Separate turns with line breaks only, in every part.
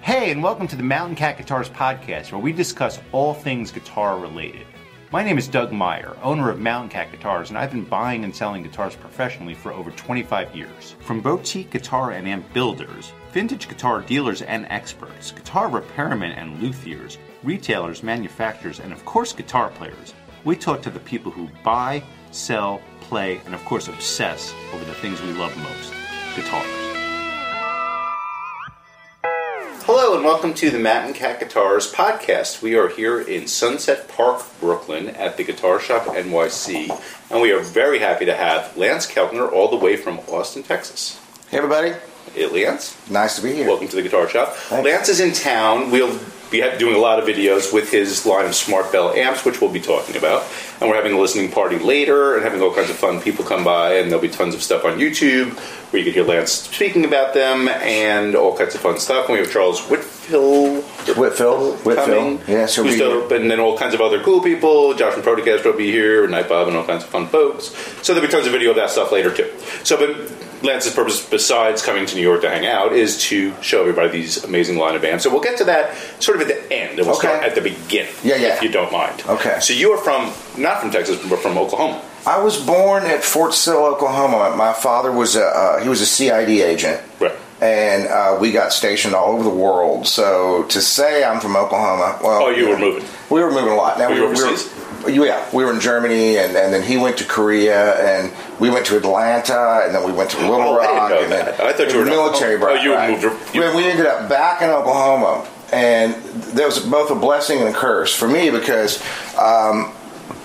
Hey, and welcome to the Mountain Cat Guitars podcast, where we discuss all things guitar related. My name is Doug Meyer, owner of Mountain Cat Guitars, and I've been buying and selling guitars professionally for over 25 years. From boutique guitar and amp builders, vintage guitar dealers and experts, guitar repairmen and luthiers, retailers, manufacturers, and of course, guitar players, we talk to the people who buy, sell, play, and of course, obsess over the things we love most guitars. Hello and welcome to the Matt and Cat Guitars podcast. We are here in Sunset Park, Brooklyn at the Guitar Shop NYC, and we are very happy to have Lance Keltner all the way from Austin, Texas.
Hey everybody,
Hey, Lance,
nice to be here.
welcome to the Guitar Shop.
Thanks.
Lance is in town. We'll be ha- doing a lot of videos with his line of Smart Bell amps, which we'll be talking about. And we're having a listening party later and having all kinds of fun people come by, and there'll be tons of stuff on YouTube where you can hear Lance speaking about them and all kinds of fun stuff. And we have Charles Whitfield. coming.
Whitfield, Whitfield, yeah, she'll
who's
be
dope, and then all kinds of other cool people. Josh from Protocast will be here, and Night Bob, and all kinds of fun folks. So there'll be tons of video of that stuff later too. So, but Lance's purpose, besides coming to New York to hang out, is to show everybody these amazing line of amps. So we'll get to that sort of at the end, and we'll
Okay.
start at the beginning,
Yeah, yeah.
if you don't mind.
Okay.
So you are from not from Texas, but from Oklahoma.
I was born at Fort Sill, Oklahoma. My father was a uh, he was a CID agent,
Right.
and uh, we got stationed all over the world. So to say I'm from Oklahoma, well,
Oh, you were moving.
we were moving a lot. Now
Were
we,
you
were- we
overseas?
were, yeah, we were in Germany, and, and then he went to Korea, and we went to Atlanta, and then we went to Little
Oh, I didn't
Rock.
know
and then
that. I thought you were in
military.
Oklahoma.
brat,
Oh, you had
right.
moved- you-
When we ended up back in Oklahoma, and there was both a blessing and a curse for me because, um,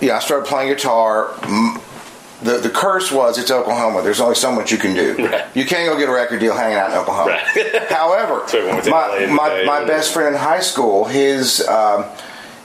yeah, I started playing guitar. M- The, the curse was it's Oklahoma. There's only so much you can do. You can't go get a record deal hanging out in Oklahoma. However,
So everyone was in LA
my, my,
today.
my best friend in high school, his um,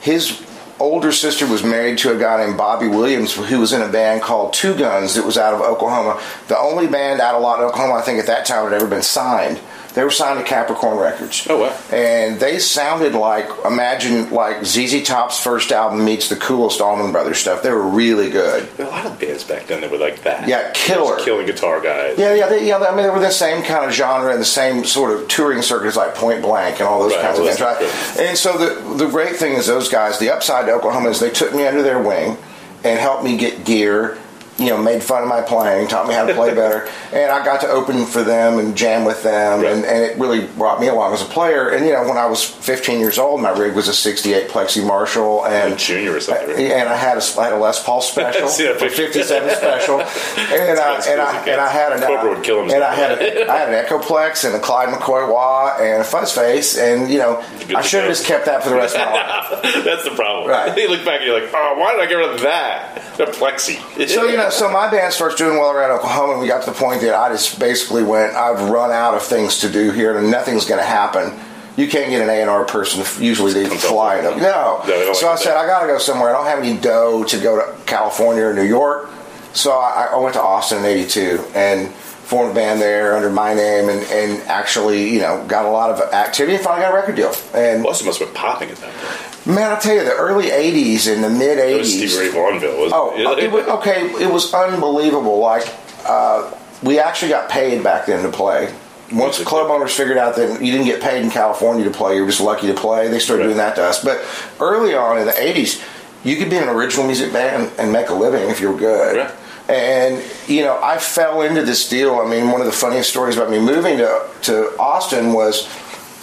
his older sister was married to a guy named Bobby Williams, who was in a band called Two Guns that was out of Oklahoma. The only band out of lot in Oklahoma, I think, at that time had ever been signed. They were signed to Capricorn Records.
Oh, wow.
And they sounded like imagine like ZZ Top's first album meets the coolest Allman Brothers stuff. They were really good.
There were a lot of bands back then that were like that.
Yeah, killer.
Just killing guitar guys.
Yeah, yeah, they, yeah. I mean, they were the same kind of genre and the same sort of touring circuits, like Point Blank and all those
Right,
kinds of
well,
things, right?
that's
And so the the great thing is those guys. The upside to Oklahoma is they took me under their wing and helped me get gear. You know, made fun of my playing, taught me how to play better, and I got to open for them and jam with them,
Right.
and, and it really brought me along as a player. And you know, when I was 15 years old, my rig was a 68 Plexi Marshall, and
Junior or something, right?
and I had a, I had a Les Paul special,
See that
a
picture?
57 special, and I
That's
and I
crazy,
and I
guys.
had an uh,
Cobra would kill him.
and I had a, I had an Echoplex and a Clyde McCoy Wah and a Fuzz Face, and you know
Good
I
to
should have
go.
just kept that for the rest of my life.
That's the problem.
Right.
you look back and you're like, oh, why did I get rid of that? The plexi.
So you know, so my band starts doing well around Oklahoma, and we got to the point that I just basically went, I've run out of things to do here, and nothing's going to happen. You can't get an A and R person. Usually they
up
fly
with
them.
it.
No.
No, they don't
so I
like
said
that.
I got to go somewhere. I don't have any dough to go to California or New York. So I, I went to Austin in '82 and formed a band there under my name, and, and actually you know got a lot of activity. And finally got a record deal. And
Boston must have been popping at that point.
man, I tell you, the early '80s and the mid
It was Stevie
'80s.
Ray Vaughanville, wasn't
Oh,
it?
it was, okay. It was unbelievable. Like uh, we actually got paid back then to play. Once
Music.
club owners figured out that you didn't get paid in California to play, you were just lucky to play. They started
Right.
doing that to us. But early on in the '80s, you could be in an original music band and make a living if you were good.
Right.
And you know, I fell into this deal. I mean, one of the funniest stories about me moving to to Austin was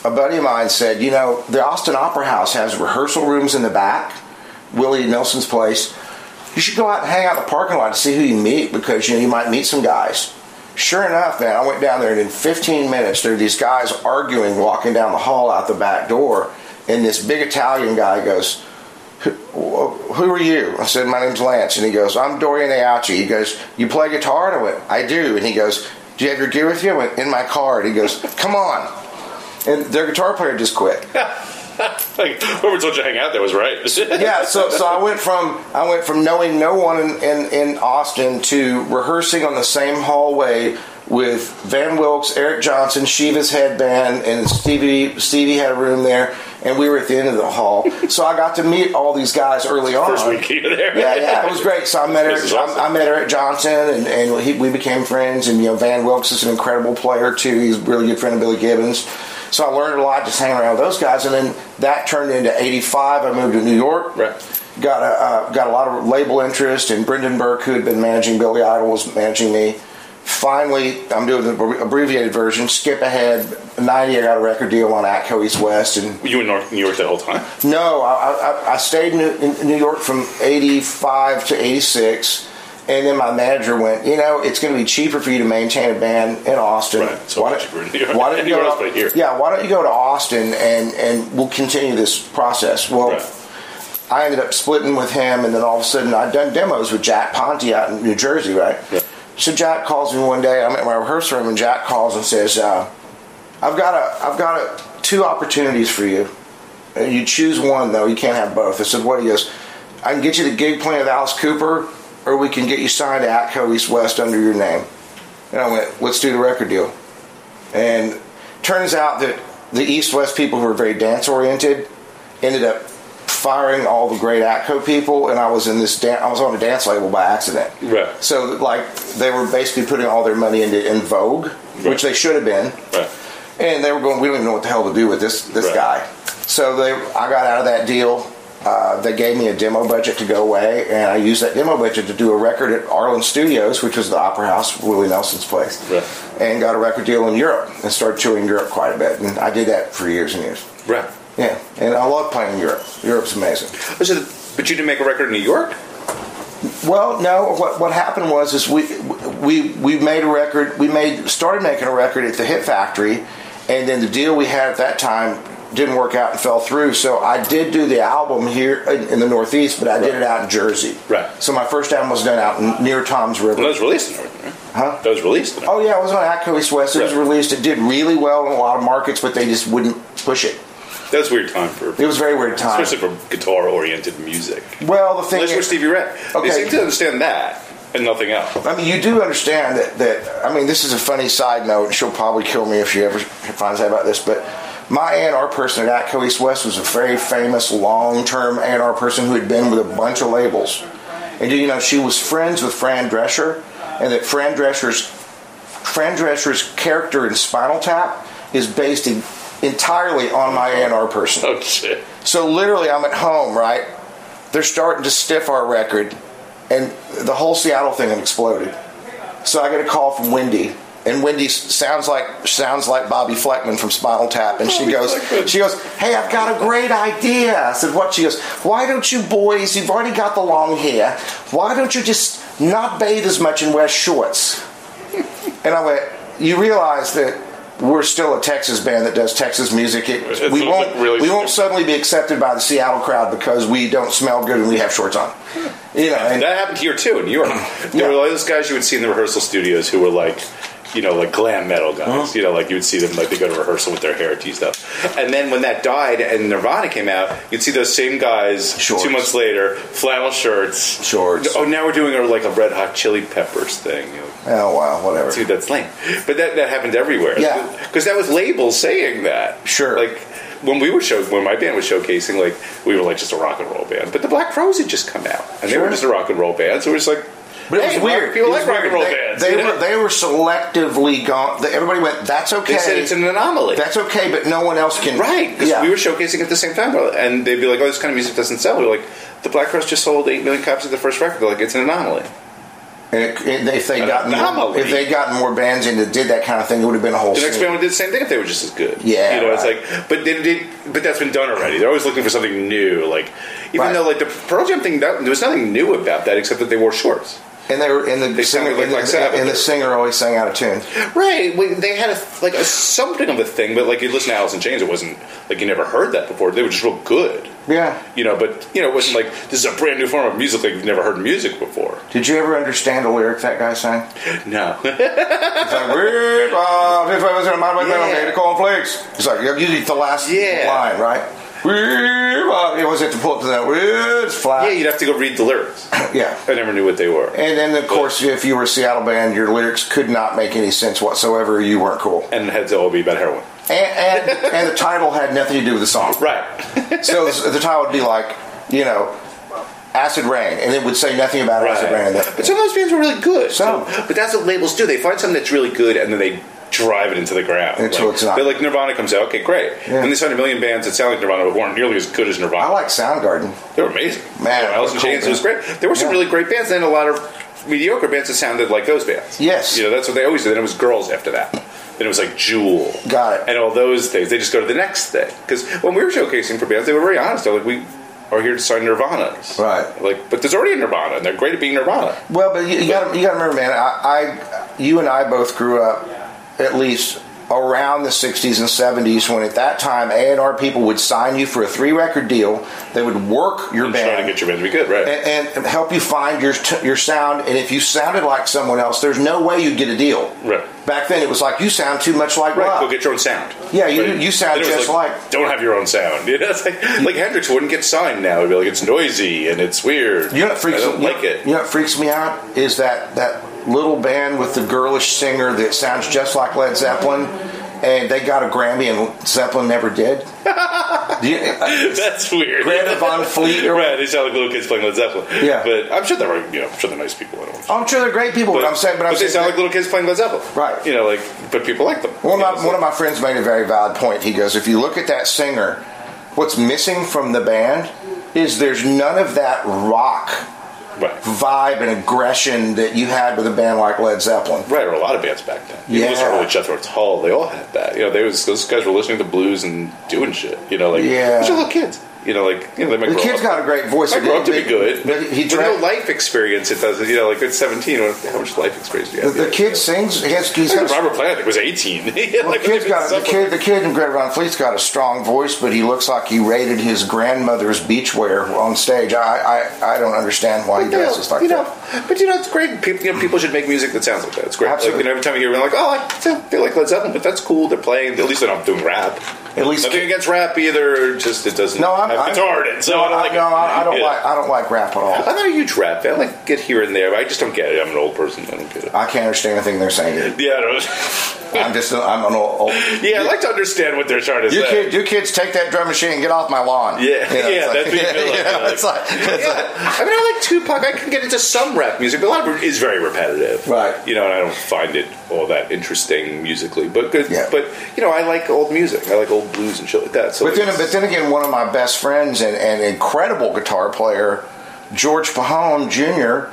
a buddy of mine said, you know, the Austin Opera House has rehearsal rooms in the back, Willie Nelson's place. You should go out and hang out in the parking lot to see who you meet because you know you might meet some guys. Sure enough, man, I went down there and in 15 minutes there were these guys arguing walking down the hall out the back door, and this big Italian guy goes, who are you? I said, my name's Lance. And he goes, I'm Dorian Aiucci. He goes, you play guitar? And I went, I do. And he goes, do you have your gear with you? I went, in my car. And he goes, come on. And their guitar player just quit.
like, whoever told you to hang out there was right.
yeah, so, so I went from I went from knowing no one in, in, in Austin to rehearsing on the same hallway with Van Wilkes, Eric Johnson, Shiva's headband, and Stevie Stevie had a room there, and we were at the end of the hall. so I got to meet all these guys early on.
First week you were there.
Yeah, yeah, it was great. So I met
This
Eric,
is awesome.
I, I met Eric Johnson, and, and he, we became friends. And you know, Van Wilkes is an incredible player too. He's a really good friend of Billy Gibbons. So I learned a lot just hanging around with those guys, and then that turned into '85. I moved to New York.
Right.
Got a uh, got a lot of label interest, and Brendan Burke, who had been managing Billy Idol, was managing me. Finally, I'm doing the abbre- abbreviated version. Skip ahead '90. I got a record deal on Atco East West, and
Were you in North New York that whole time?
no, I, I, I stayed in New, in New York from 85 to 86. And then my manager went, you know, it's going to be cheaper for you to maintain a band in Austin.
Right, so much cheaper in New York.
why don't you
Anywhere
go
else
to,
but here.
Yeah, why don't you go to Austin and, and we'll continue this process? Well,
Right.
I ended up splitting with him, and then all of a sudden I'd done demos with Jack Ponte out in New Jersey, right?
Yeah.
So Jack calls me one day. I'm at my rehearsal room, and Jack calls and says, uh, "I've got a, I've got a, two opportunities for you. And you choose one though. You can't have both." I said, "What?" He goes, "I can get you the gig playing with Alice Cooper, or we can get you signed to Atco East West under your name." And I went, "Let's do the record deal." And turns out that the East West people who were very dance oriented ended up firing all the great ATCO people, and I was in this dan- I was on a dance label by accident.
Right.
So like they were basically putting all their money into in Vogue, which they should have been,
Right.
and they were going, we don't even know what the hell to do with this this
Right.
guy. So they I got out of that deal. Uh, they gave me a demo budget to go away, and I used that demo budget to do a record at Arlen Studios, which was the opera house, Willie Nelson's place
Right.
and got a record deal in Europe and started touring Europe quite a bit. And I did that for years and years.
Right.
Yeah, and I love playing in Europe. Europe's amazing.
Listen, but you didn't make a record in New York?
Well, no, what what happened was is we we we made a record. We made started making a record at the Hit Factory, and then the deal we had at that time didn't work out and fell through. So I did do the album here in, in the Northeast, but I did it out in Jersey.
Right.
So my first album was done out in, near Tom's River.
Well, that was released in North New York.
Huh?
That was released in
Oh yeah, it was on Atco East West. It was
Right.
released. It did really well in a lot of markets, but they just wouldn't push it.
That was a weird time for,
It was a very weird time.
especially for guitar-oriented music.
Well, the thing
Unless you're
is,
Stevie Ray.
Okay.
They seem to understand that and nothing else.
I mean, you do understand that, that. I mean, this is a funny side note. and She'll probably kill me if she ever finds out about this, but my A&R person at Atco East West was a very famous long-term A&R person who had been with a bunch of labels. And do you know she was friends with Fran Drescher, and that Fran Drescher's Fran Drescher's character in Spinal Tap is based in, entirely on my A&R person.
Oh, shit.
So literally, I'm at home, right? They're starting to stiff our record, and the whole Seattle thing had exploded. So I get a call from Wendy, and Wendy s- sounds like sounds like Bobby Fleckman from Spinal Tap, and she
Bobby
goes,
Fleckman.
she goes, "Hey, I've got a great idea." I said, "What?" She goes, "Why don't you boys? You've already got the long hair. Why don't you just not bathe as much and wear shorts?" And I went, "You realize that." We're still a Texas band that does Texas music. It,
It's
we
not
won't.
really-
we won't suddenly be accepted by the Seattle crowd because we don't smell good and we have shorts on. You know,
And
and
that happened here too in New York. There were
Yeah.
all those guys you would see in the rehearsal studios who were like, you know, like glam metal guys.
Uh-huh.
You know, like you would see them like they go to rehearsal with their hair teased up. And then when that died and Nirvana came out, you'd see those same guys
Shorts.
two months later, flannel shorts,
Shorts.
Oh, now we're doing our, like a Red Hot Chili Peppers thing. You know,
oh wow, whatever.
Dude, that's lame. But that that happened everywhere.
Yeah.
because that was labels saying that.
Sure.
Like when we were show when my band was showcasing, like we were like just a rock and roll band. But the Black Crows had just come out, and they were
Sure.
just a rock and roll band. So we're just like,
But it
hey,
was weird.
People
It was
like rock and roll
weird. they,
bands.
They
you know?
were they were selectively gone. They, everybody went. That's okay.
They said it's an anomaly.
that's okay, but no one else can.
right. 'cause
Yeah.
we were showcasing at the same time, and they'd be like, "Oh, this kind of music doesn't sell." We were like, "The Black Crows just sold eight million copies of the first record." They're like, "It's an anomaly."
and it- and if they
An
gotten more,
anomaly.
if they gotten more bands in that did that kind of thing, it would have been a whole.
The next
scene.
band would do the same thing if they were just as good.
Yeah,
you know,
right.
it's like, but they did, but that's been done already. They're always looking for something new. Like, even
Right.
though like the Pearl Jam thing, that, there was nothing new about that except that they wore shorts.
and they were and the
They
singer
sounded like
and the,
Black Sabbath.
and the singer always sang out of tune.
Right? we- They had a, like a, something of a thing, but like you listen to Alice in Chains, it wasn't like you never heard that before. They were just real good.
Yeah.
You know, but you know, it wasn't like this is a brand new form of music like you've never heard music before.
Did you ever understand a lyric that guy sang?
No,
It's like weird. Uh, if I was in my way,
Yeah.
made a cornflakes. It's like you get the last
Yeah.
line, right? Weird. Uh, it was at the pull up to that. Weird. It's flat.
yeah, you'd have to go read the lyrics. I
yeah.
never knew what they were.
And then, of course, if you were a Seattle band, your lyrics could not make any sense whatsoever. You weren't cool.
And it had to all be about heroin.
And, and, and the title had nothing to do with the song.
Right.
So the title would be like, you know, Acid Rain, and it would say nothing about Acid Rain.
But some of those bands were really good.
Some.
But that's what labels do. They find something that's really good and then they drive it into the ground.
Until
like,
it's not.
They're like Nirvana comes out, okay, great.
Yeah.
Then they signed a million bands that sound like Nirvana but weren't nearly as good as Nirvana.
I like Soundgarden.
They were amazing.
Oh. Man,
Alice in
cool
Chains
band.
was great. There were some
Yeah.
really great bands, and then a lot of mediocre bands that sounded like those bands.
Yes.
you know that's what they always did. Then it was girls after that. Then it was like Jewel.
Got it.
And all those things. They just go to the next thing because when we were showcasing for bands, they were very honest. They're like, we are here to sign Nirvanas.
Right.
Like, but there's already a Nirvana, and they're great at being Nirvana.
Well, but you, you got you got to remember, man. I, I, you and I both grew up at least around the '60s and '70s when, at that time, A and R people would sign you for a three record deal. They would work your
And trying
band.
to get your band to be good, right?
and, and help you find your t- your sound. And if you sounded like someone else, there's no way you'd get a deal.
Right.
Back then, it was like you sound too much like
Right,
Rob.
go get your own sound.
Yeah, you-
Right.
you sound
Then it was
just like-
don't have your own sound. You know, it's like, like Hendrix wouldn't get signed now. He'd be like, it's noisy and it's weird.
You know what freaks
I don't
you know-
like it.
You know what freaks me out is that that little band with the girlish singer that sounds just like Led Zeppelin, and they got a Grammy and Zeppelin never did. Do you- uh,
That's weird.
Greta Von Fleet or-
right? They sound like little kids playing Led Zeppelin.
Yeah.
but I'm sure they're you know, I'm sure they're nice people. I don't.
I'm sure they're great people, but, I'm saying, but, I'm
they
saying,
sound like little kids playing Led Zeppelin.
Right.
You know, like but people like them.
one,
You know,
of
it's
my, one of my friends made a very valid point. He goes, if you look at that singer, what's missing from the band is there's none of that rock
like- right.
vibe and aggression that you had with a band like Led Zeppelin.
Right, or a lot of bands back then. You
Yeah.
yeah. listen to like Jethro Tull, they all had that. You know, they was those guys were listening to blues and doing shit. You know, like
Yeah.
they're little kids. You know, like you know, they might
The
grow
kid's
up.
got a great voice.
I grew up to be
But-
good,
but he
with
drank-
no life experience. It doesn't, you know, like at seventeen, what- how much life experience do you
The,
have?
the kid sings. He has, he's
I think
got,
Robert Plant I think, was eighteen.
well, the kid's got the kid. The kid in Greta Von Fleet's got a strong voice, but he looks like he raided his grandmother's beachwear on stage. I I, I don't understand why he
Yeah,
does this like
you know,
that.
But you know, it's great. People, you know, people should make music that sounds like that. It's great.
Absolutely.
Like, you know, every time you hear, it, like, oh, I feel like Led Zeppelin, but that's cool. They're playing. At least they're not doing rap.
At least-
nothing against rap either. Just it doesn't.
No, I'm-
have
I'm-
guitar in it, so I don't like.
I, no,
it.
I, I don't
You know.
like I don't like rap at all.
I'm not a huge rap fan. I like get here and there, but I just don't get it. I'm an old person. I don't get it.
I can't understand anything they're saying.
Yeah, I don't.
I'm just I'm an old. old
yeah, I like to understand what they're trying to
you
say.
kid, you kids take that drum machine and get off my lawn.
Yeah,
You know,
yeah,
it's
that'd be
like,
Miller,
you know,
like-
it's like, it's
Yeah.
like-
I mean, I like Tupac. I can get into some rap music, but a lot of it is very repetitive,
Right.
You know, and I don't find it all that interesting musically. But good,
Yeah.
but you know, I like old music. I like old blues and shit like that. So
But then,
it's-
but then again, one of my best friends and, and incredible guitar player, George Pahone Jr.,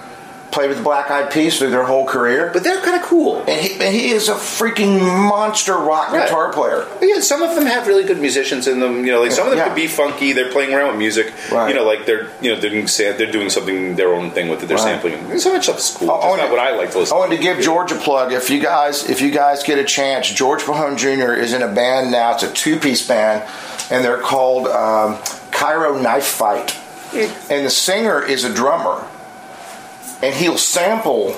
played with the Black Eyed Peas through their whole career.
but they're kind of cool.
And he, and he is a freaking monster rock
Right.
guitar player.
But yeah, some of them have really good musicians in them. You know, like some of them
Yeah.
could be funky. They're playing around with music.
Right.
You know, like they're you know they're doing sa- they're doing something their own thing with it. They're
Right. Oh,
sampling. And some of that stuff is cool.
I- I
It's
wanted-
not what I like to
I
listen.
wanted to give George a plug. If you guys, if you guys get a chance, George Pahone Jr. is in a band now. It's a two-piece band, and they're called um, Cairo Knife Fight. And the singer is a drummer, and he'll sample,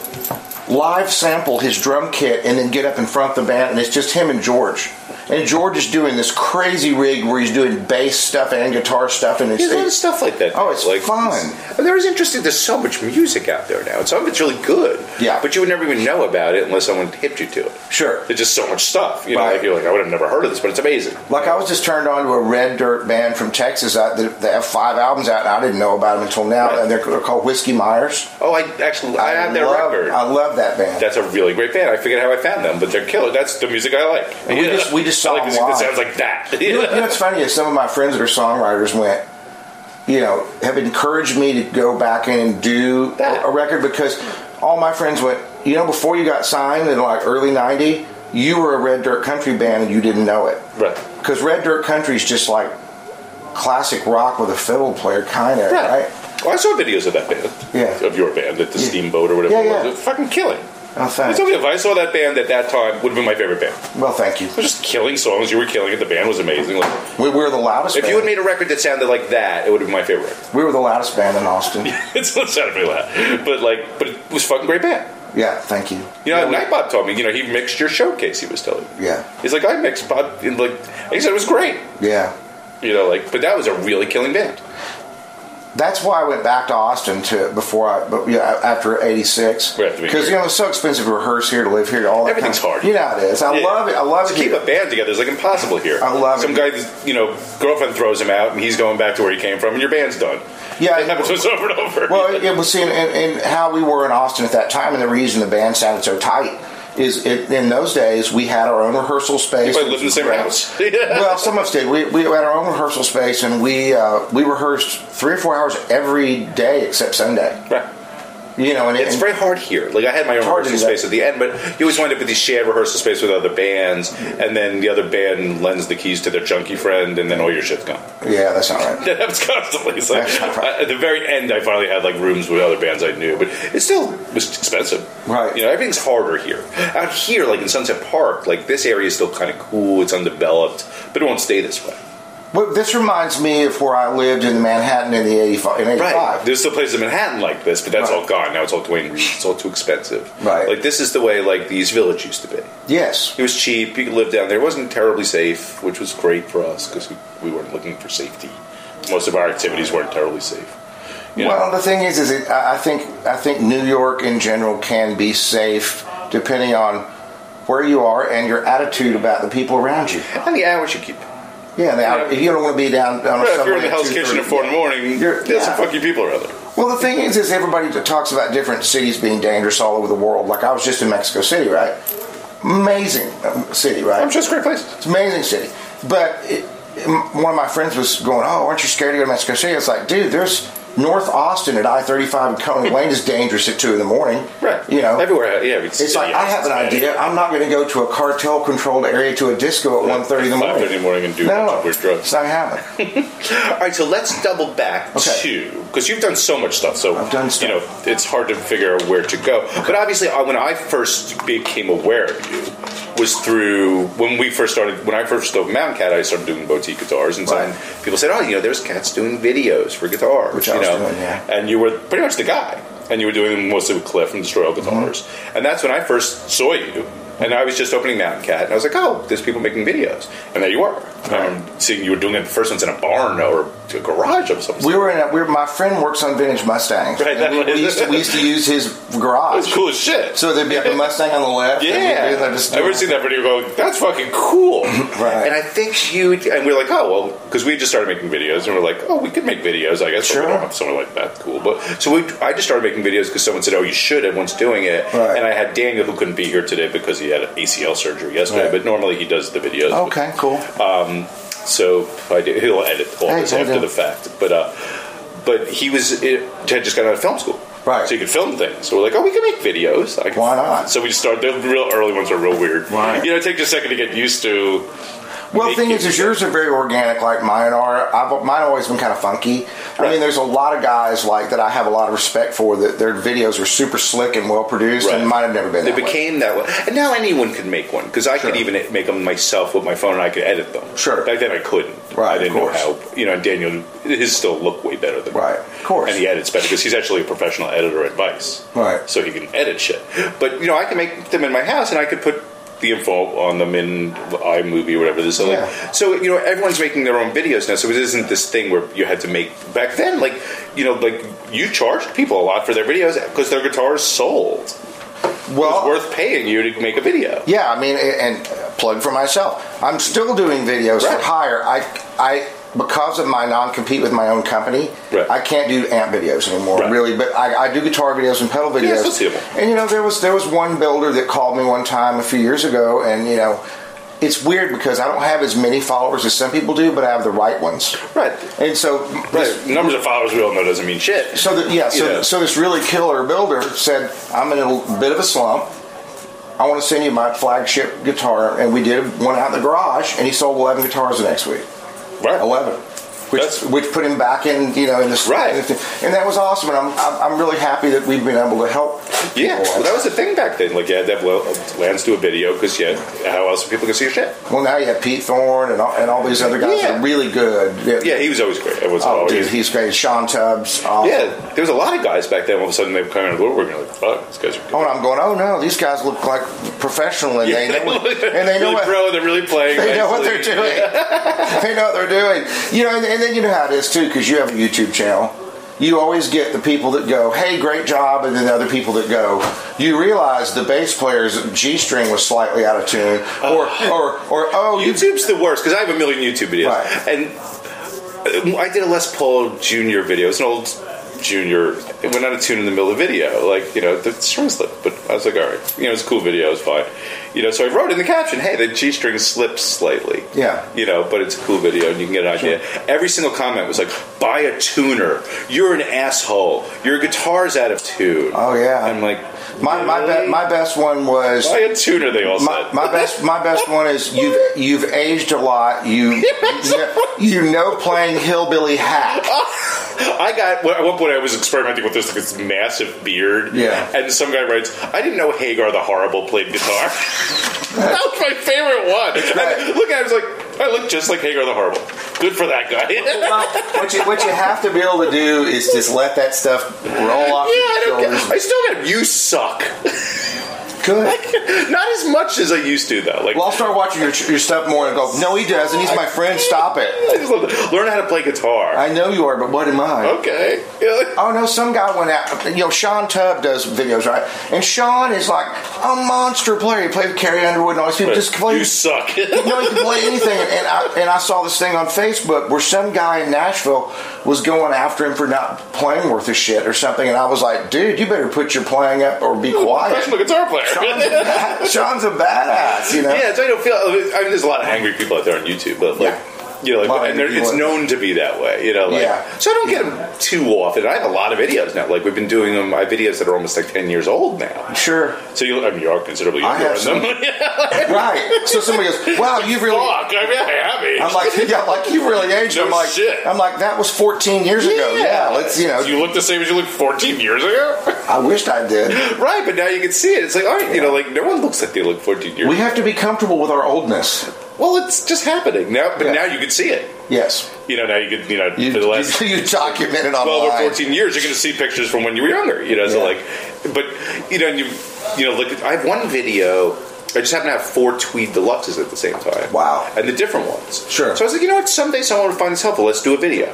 live sample his drum kit, and then get up in front of the band, and it's just him and George. And George is doing this crazy rig where he's doing bass stuff and guitar stuff, and it's,
There's a lot of stuff like that.
Oh, it's
like,
fun.
it's- And there is interesting. There's so much music out there now, and some of it's really good.
Yeah.
But you would never even know about it unless someone hipped you to it.
sure.
There's just so much stuff. You
Right.
know, like, you're like, I would have never heard of this, but it's amazing.
Like I was just turned on to a Red Dirt band from Texas. I, the, they have five albums out, and I didn't know about them until now.
Right.
And they're, they're called Whiskey Myers.
Oh, I actually I, have that
love,
record.
I love that band.
That's a really great band. I forget how I found them, but they're killer. That's the music I like.
And we just- we just saw
I like
them
music that
live.
sounds like that.
you, know, you know what's funny is some of my friends that are songwriters went, you know, have encouraged me to go back in and do
That.
a, a record because all my friends went, you know, before you got signed in like early '90, you were a Red Dirt country band and you didn't know it.
Right.
Because Red Dirt country is just like classic rock with a fiddle player, kind of
Right.
right.
Well, I saw videos of that band.
Yeah.
Of your band at the Steamboat or whatever
Yeah,
it was.
yeah.
It was fucking killing.
Oh, thanks.
It's okay if I saw that band at that time, would have been my favorite band.
Well, thank you.
It was just killing songs. You were killing it. The band was amazing. Like,
We were the loudest.
if
band.
you had made a record that sounded like that, it would have been my favorite. record.
we were the loudest band in Austin.
it's not sounded pretty loud, but like, but it was a fucking great band.
yeah, thank you.
You know, Nightbot told me. You know, he mixed your showcase. He was telling me.
Yeah.
He's like, I mixed Bob. And like, he said it was great.
Yeah,
You know, like, but that was a really killing band.
that's why I went back to Austin to before I, but yeah, after '86,
We have to be
because you
here.
know it's so expensive to rehearse here, to live here, to all that.
Everything's
kind of-
hard.
You know how it is. I
Yeah.
love it. I love
to
it
keep
here.
a band together is like impossible here.
I love
some
it.
guy, that's- you know, girlfriend throws him out, and he's going back to where he came from, and your band's done.
Yeah,
it happens to us over and over.
Well, it, it was seeing and, and how we were in Austin at that time, and the reason the band sounded so tight is it, in those days we had our own rehearsal space.
Everybody lived in the same house.
well, some of us did. We, we had our own rehearsal space, and we uh, we rehearsed three or four hours every day except Sunday.
Right.
You know, and
It's
and-
very hard here. Like I had my own
hard to
rehearsal
do that.
space at the end, but you always wind up with these shared rehearsal space with other bands, and then the other band lends the keys to their junkie friend, and then all your shit's gone.
yeah, that's not right.
That happens constantly. It's like,
That's not right.
I- at the very end, I finally had like rooms with other bands I knew, but it still was expensive.
Right.
You know, everything's harder here. Out here, like in Sunset Park, like this area is still kind of cool. It's undeveloped, but it won't stay this way.
Well, this reminds me of where I lived in Manhattan in the eighty five. In eighty five,
There's still places in Manhattan like this, but that's
Right.
all gone. Now it's all Dwayne Reed. It's all too expensive.
Right.
Like this is the way like the East Village used to be.
yes,
It was cheap. You could live down there. It wasn't terribly safe, which was great for us because we, we weren't looking for safety. Most of our activities weren't terribly safe. You know?
Well, the thing is, is it, I I think I think New York in general can be safe depending on where you are and your attitude about the people around you.
and the hours you keep.
Yeah, the out-
Yeah.
you don't want to be down down. on
Right, if
subway
you're in the
at
Hell's Kitchen
2:30.
at four in the morning,
You're-
there's some
yeah.
fucking people around there.
Well, the thing is, is everybody that talks about different cities being dangerous all over the world. Like I was just in Mexico City, right? Amazing um, city, right?
I'm sure it's a great place.
It's an amazing city. But it, m- one of my friends was going, "Oh, aren't you scared to go to Mexico City?" It's like, dude, there's North Austin at I-35 and Coney Lane is dangerous at two in the morning.
Right.
You know,
everywhere. Yeah,
It's like I have an idea. I'm not going to go to a cartel-controlled area to a disco at 1.30 in the morning.
5:30 in the morning and do a bunch
no,
of weird drugs.
It's not happening.
All right, so let's double back
Okay.
to because you've done so much stuff. So
I've done stuff.
You know, it's hard to figure out where to go. But obviously, I- when I first became aware of you was through when we first started. When I first started Mountain Cat, I started doing boutique guitars, and so
Right.
people said, "Oh, you know, there's cats doing videos for guitars."
Which I
you
was
know,
doing, yeah.
and you were pretty much the guy, and you were doing them mostly with Cliff from Destroy All
Mm-hmm.
Guitars, and that's when I first saw you. And I was just opening Mountain Cat, and I was like, "Oh, there's people making videos," and there you were. Um, seeing you were doing it, the first one's in a barn or a garage of some sort.
We were in a, we were, my friend works on vintage Mustangs.
Right, that
and we,
was-
we, used to, we used to use his
That's
garage.
cool as shit.
So there'd be like a Mustang on the left. and we'd
yeah,
be like just
I've ever seen that video. Go, that's fucking cool.
Right.
And I think you and we are like, oh well, because we just started making videos, and we're like, oh, we could make videos. I guess but
Sure.
we don't have someone like that. Cool, but so we, I just started making videos because someone said, oh, you should. Everyone's doing it,
Right.
and I had Daniel who couldn't be here today because he had ACL surgery yesterday.
Right.
But normally he does the videos.
Okay, cool.
So I did, he'll edit all
Hey,
this
hey,
after
Dan.
the fact. But uh, but he was it, had just got out of film school,
Right.
So you could film things. So we're like, oh, we can make videos. I can,
Why not?
So we started. The real early ones are real weird.
Right.
You know, it takes a second to get used to.
Well, the thing is, is yours are very organic, like mine are. I've, mine always been kind of funky. I mean, there's a lot of guys like that I have a lot of respect for that their videos are super slick and well produced,
Right.
and mine have never been.
They
that way.
became that way, and now anyone could make one because I could even e, make them myself with my phone, and I could edit them.
Sure.
back then I couldn't.
Right,
I
of
didn't know
course.
how. You know, and Daniel his still look way better than
Right,
mine.
of course.
And he edits better because he's actually a professional editor at Vice.
Right.
so he can edit shit. But you know, I can make them in my house, and I could put the info on them in iMovie or whatever this. is.
Yeah.
So you know, everyone's making their own videos now. So it isn't this thing where you had to make back then. Like you know, like you charged people a lot for their videos because their guitars sold
well,
it's worth paying you to make a video.
yeah. I mean, a- and plug for myself, I'm still doing videos
Right.
for hire. I, I. Because of my non-compete with my own company,
Right.
I can't do amp videos anymore,
Right.
really. But I, I do guitar videos and pedal videos.
Yeah, it's
videos.
foreseeable.
And you know, there was there was one builder that called me one time a few years ago, and you know, it's weird because I don't have as many followers as some people do, but I have the right ones.
Right.
And so,
Right. Numbers of followers we all know doesn't mean shit.
so the, yeah, so
Yeah.
so this really killer builder said, "I'm in a bit of a slump. I want to send you my flagship guitar." And we did one out in the garage, and he sold 11 guitars the next week.
Right.
11. Which,
That's-
which put him back in, you know, in this
Right.
in the thing. and that was awesome, and I'm, I'm I'm really happy that we've been able to help.
Yeah,
people.
well, that was the thing back then. Like, you had to have Lo- Lance do a video because yeah, how else are people gonna see your shit?
Well, now you have Pete Thorne and all, and all these other guys that
Yeah.
are really good.
Yeah, he was always great. Everyone's
Oh,
always.
dude, he's great. Sean Tubbs. Awesome.
yeah, there was a lot of guys back then. All of a sudden, they were coming out of the woodwork, and you're like, "Fuck, these guys are."
Oh, and I'm going. Oh no, these guys look like professional, and
Yeah,
they know, what-
look-
and they
really
know what
pro. They're really playing.
they know what they're
nicely.
doing. they know what they're doing. You know, and, and then you know how it is too, because you have a YouTube channel. You always get the people that go, "Hey, great job," and then the other people that go, "You realize the bass player's G string was slightly out of tune,"
Oh.
or or or oh, you
YouTube's the worst because I have a million YouTube videos,
Right.
and uh, I did a Les Paul Junior video. It's an old Junior. It went out of tune in the middle of the video. Like, you know, the string slipped. But I was like, all right. You know, it's a cool video. It's fine. You know, so I wrote in the caption, hey, the G string slips slightly.
Yeah.
You know, but it's a cool video and you can get an idea. Every single comment was like, buy a tuner. You're an asshole. Your guitar's out of tune.
Oh, yeah.
I'm like,
My my
really?
be- my best one was
Buy a tuner, they all
my,
said.
my best my best one is you've you've aged a lot. You you know, you know playing hillbilly hack.
I got well, at one point I was experimenting with this like this massive beard.
Yeah.
And some guy writes, I didn't know Hagar the Horrible played guitar. that was my favorite one.
right.
And look at him, I was like, I look just like Hagar the Horrible. Good for that guy.
Well, what you what you have to be able to do is just let that stuff roll off
Yeah, I
your
don't get.
shoulders.
I still got. You suck.
Good.
Not as much as I used to though. Like
Well, I'll start watching your, your stuff more and go. No, he doesn't. He's my friend. Stop it.
I just love to learn how to play guitar.
I know you are, but what am I?
okay. Yeah.
Oh no, some guy went out. You know, Sean Tubb does videos, right? And Sean is like a monster player. He played with Carrie Underwood and all these people. Just
you
played
suck.
no, you can play anything. And I, and I saw this thing on Facebook where some guy in Nashville was going after him for not playing worth a shit or something. And I was like, dude, you better put your playing up or be quiet.
Professional guitar player.
Sean's a, bad- Sean's a badass, you know?
Yeah, so I don't feel. I mean, there's a lot of angry people out there on YouTube, but like,
Yeah.
you know,
A lot
like,
of
and they're,
angry
it's
people.
known to be that way. You know, like,
Yeah.
so I don't get them too often. I have a lot of videos now. Like, we've been doing them. My videos that are almost like ten years old now.
Sure.
So you, I mean, you are considerably
I
younger
have
on them. yeah,
Right. So somebody goes, wow, you've really.
fuck. I mean, I have aged.
I'm like, yeah, I'm like you really aged.
No
I'm like,
shit.
I'm like, that was 14 years ago. Yeah, let's, you know,
you look the same as you looked 14 years ago.
I wished I did.
right, but now you can see it. It's like, all right, you know, like no one looks like they look 14 years.
We have to be comfortable with our oldness.
well, it's just happening now. But
Yeah.
now you can see it.
Yes.
You know, now you can, you know,
You,
for the last
you, you document it
12 or
online.
14 years, you're going to see pictures from when you were younger. You know, so
Yeah.
like, but you know, and you you know, look. I have one video. I just happen to have four Tweed Deluxes at the same time.
Wow.
And the different ones.
Sure.
So I was like, you know what? Someday someone will find this helpful. Let's do a video.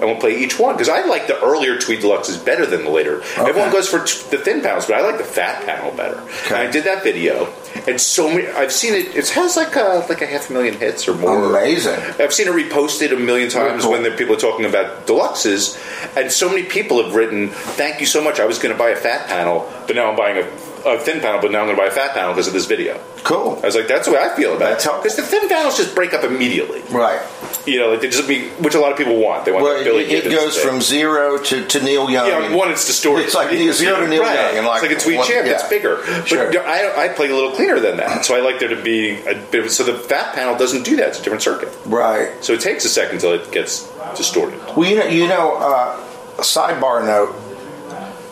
And we'll play each one because I like the earlier Tweed Deluxes better than the later. Everyone goes for t- the thin panels, but I like the fat panel better. And I did that video, and so many. I've seen it. It has like a, like a half a million hits or more.
Amazing.
I've seen it reposted a million times
Cool.
when the people are talking about deluxes, and so many people have written, "Thank you so much. I was going to buy a fat panel, but now I'm buying a, a thin panel, but now I'm going to buy a fat panel because of this video."
Cool.
I was like, "That's the way I feel about
That's
it."
helpful.
Because the thin panels just break up immediately,
Right.
you know, like they just be, which a lot of people want. They want
Well,
that Billy
it, it
Gibbons
goes
thing.
from zero to, to Neil Young.
Yeah, one, it's distorted.
It's like zero to Neil
right.
Young and like
it's like a tweet
one-
champ. It's
yeah.
bigger. But
Sure.
I, I play a little cleaner than that, so I like there to be a bit. Of, so the fat panel doesn't do that. It's a different circuit.
Right.
So it takes a second till it gets distorted.
Well, you know, you know. Uh, sidebar note: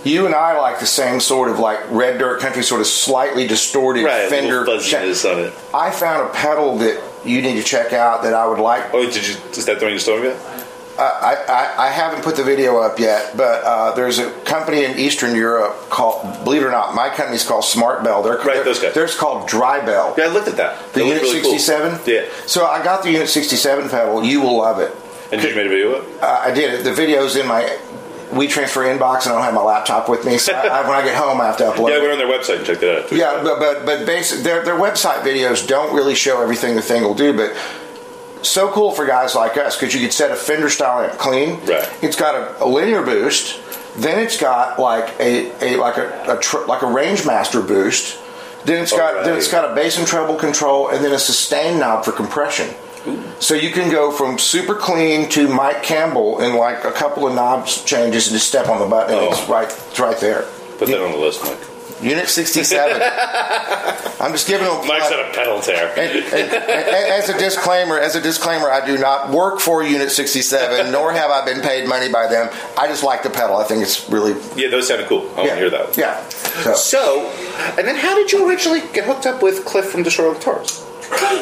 You and I like the same sort of like red dirt country, sort of slightly distorted
Right,
fender.
a little fuzziness on it.
I found a pedal that you need to check out that I would like.
Oh, did you? Is that the one you just told me about?
I, I, I haven't put the video up yet, but uh, there's a company in Eastern Europe called, believe it or not, my company's called Smart Bell. They're,
Right, those guys.
Theirs called Dry Bell.
Yeah, I looked at that.
The
That
Unit
looked really cool.
67?
Yeah.
So I got the Unit 67 pedal. You will love it.
And did you make a video of it?
Uh, I did it. The video's in my WeTransfer inbox, and I don't have my laptop with me. So I, I, when I get home, I have to upload
Yeah, I
it.
went on their website and checked it out.
Yeah, but but but basic, their their website videos don't really show everything the thing will do, but so cool for guys like us because you could set a fender style amp clean.
Right.
It's got a, a linear boost, then it's got like a, a like a, a tr- like a Rangemaster boost. Then it's got then
Alright.
it's got a bass and treble control, and then a sustain knob for compression. So you can go from super clean to Mike Campbell in like a couple of knobs changes and just step on the button. And
Oh.
it's right it's right there.
Put that on the list, Mike.
Unit 67. I'm just giving them. a
Mike's
plug.
had a pedal tear.
And- and- and as a disclaimer, as a disclaimer, I do not work for Unit 67, nor have I been paid money by them. I just like the pedal. I think it's really.
Yeah, those sounded cool. Oh, I want
yeah,
to hear that. one.
Yeah. So,
So, and then how did you originally get hooked up with Cliff from Destroyer Guitars?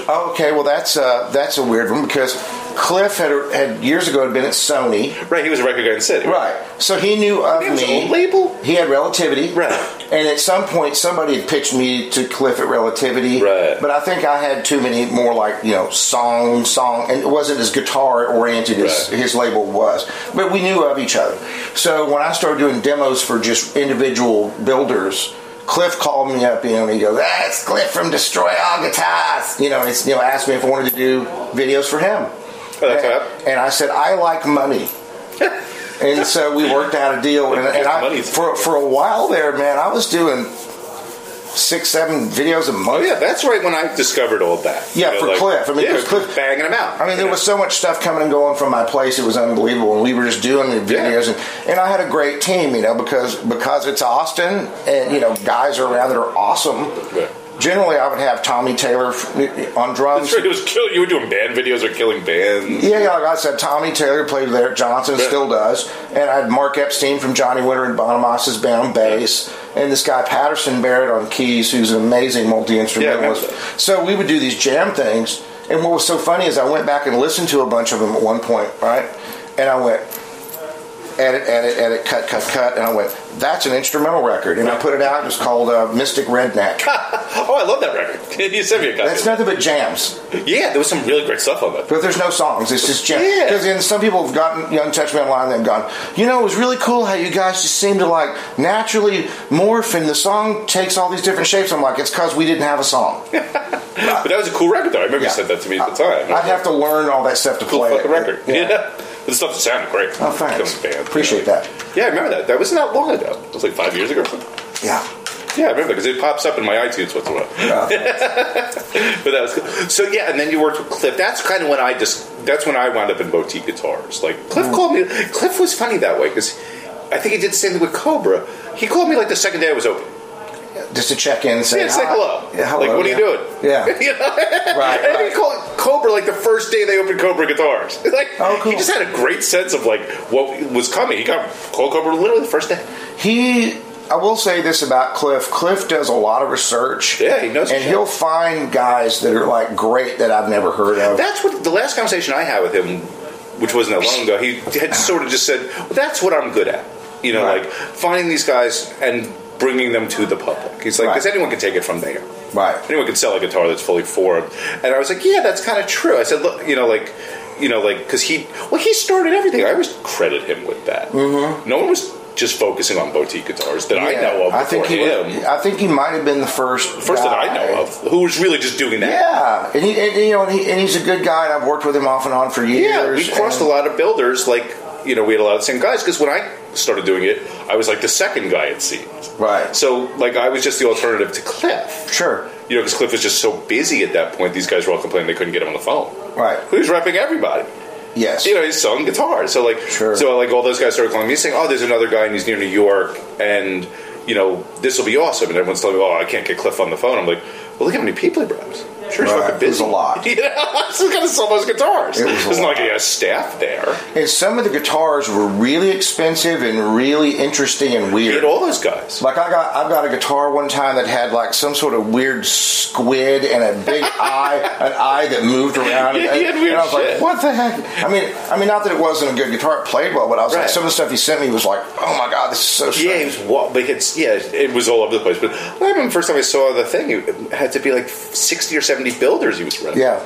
okay, well that's uh, that's a weird one because Cliff had had years ago had been at Sony.
Right, he was a record guy in the city.
Right. So he knew of
He was
me.
on label?
He had relativity.
Right.
And at some point, somebody had pitched me to Cliff at Relativity.
Right.
But I think I had too many more like you know song song, and it wasn't as guitar oriented as
Right.
his label was. But we knew of each other. So when I started doing demos for just individual builders. Cliff called me up, you know, and he goes, "That's Cliff from Destroy All Guitars," you know, and it's, you know, asked me if I wanted to do videos for him.
Oh, that's
and,
right.
and I said, "I like money." and so we worked out a deal. And, and I, for for a while there, man, I was doing six, seven videos a
Oh
month.
yeah, that's right when I discovered all that.
Yeah, for Cliff. I mean,
yeah,
'cause Cliff-
banging them out.
I mean,
you
there
know?
was so much stuff coming and going from my place; it was unbelievable. And we were just doing the
Yeah.
videos, and, and I had a great team, you know, because because it's Austin, and you know, guys are around that are awesome.
Right.
Generally, I would have Tommy Taylor f- on drums.
That's right, it was kill. You were doing band videos or killing bands.
Yeah, yeah, like I said, Tommy Taylor played with Eric Johnson,
Yeah.
still does. And I had Mark Epstein from Johnny Winter and Bonamassa band on bass. And this guy, Patterson Barrett, on keys, who's an amazing multi instrumentalist.
Yeah, I remember
so we would do these jam things. And what was so funny is I went back and listened to a bunch of them at one point, right? And I went, edit, edit, edit, cut, cut, cut. And I went, that's an instrumental record. And I put it out, it was called uh, Mystic Redneck.
Oh, I love that record. you sent me a copy.
That's nothing but jams.
yeah, there was some really great stuff on that.
But there's no songs. It's just jam.
Yeah.
Because then some people have gotten you know, touched me online. They've gone, you know, it was really cool how you guys just seem to like naturally morph, and the song takes all these different shapes. I'm like, it's because we didn't have a song.
But that was a cool record, though. I remember
Yeah.
you said that to me at the time.
I'd have to learn all that stuff to
cool
play
fucking
it.
record.
Yeah.
Yeah. But the stuff that sounded great.
Oh, thanks.
Killing bands,
Appreciate
you know.
that.
Yeah, I remember that. That wasn't that long ago. It was like five years ago. or something.
Yeah.
Yeah, I remember because it pops up in my iTunes once in a while. but that was cool. so yeah, and then you worked with Cliff. That's kind of when I just that's when I wound up in boutique guitars. Like Cliff
Mm-hmm.
called me. Cliff was funny that way because I think he did the same thing with Cobra. He called me like the second day I was open.
Just to check in and say,
Yeah, it's like
"Hi."
hello.
Yeah, hello.
Like what
yeah.
are you doing?
Yeah.
You know?
Right,
And
right.
he called Cobra like the first day they opened Cobra guitars. like
Oh, cool.
he just had a great sense of like what was coming. He got called Cobra literally the first day.
He, I will say this about Cliff. Cliff does a lot of research.
Yeah, he knows
And
shit.
he'll find guys that are like great that I've never heard of.
That's what the last conversation I had with him, which wasn't that long ago, he had sort of just said, well, "That's what I'm good at." You know,
Right.
like finding these guys and bringing them to the public. He's like,
Right.
"Because anyone can take it from there."
right.
anyone could sell a guitar that's fully formed. And I was like, yeah, that's kind of true. I said, look, you know, like, you know, like, because he, well, he started everything. I always credit him with that. Mm-hmm. No one was just focusing on boutique guitars that I
Yeah.
know of.
I think he
before him.
was, I think he might have been the first
First that I
guy.
know of, who was really just doing that.
Yeah, and, he, and you know, and, he, and he's a good guy, and I've worked with him off and on for years.
Yeah, we crossed
and-
a lot of builders. Like, you know, we had a lot of the same guys because when I started doing it, I was like the second guy it seemed.
Right.
So, like, I was just the alternative to Cliff.
Sure.
You know, because Cliff was just so busy at that point. These guys were all complaining they couldn't get him on the phone.
Right.
He was repping everybody.
Yes.
you know, he's selling guitars. So like,
Sure.
so like all those guys started calling me saying, "Oh, there's another guy and he's near New York, and you know this will be awesome." And everyone's telling me, "Oh, I can't get Cliff on the phone." I'm like, "Well, look how many people he brought." Sure, he's
Right.
fucking
It was
busy.
a lot.
You know, he's going to sell those guitars.
It was a
There's not
lot.
like he has staff there.
and some of the guitars were really expensive and really interesting and
He
weird.
had all those guys.
Like I got, I got a guitar one time that had like some sort of weird squid and a big eye, an eye that moved around.
Yeah,
and,
he had weird
and I was
shit.
like, "What the heck?" I mean, I mean, not that it wasn't a good guitar; it played well, but I was
Right.
like, some of the stuff he sent me was like, "Oh my god, this is so strange."
Yeah, it was wa- like it's yeah, it was all over the place. But I remember the first time I saw the thing, it had to be like sixty or seventy builders he was running.
Yeah,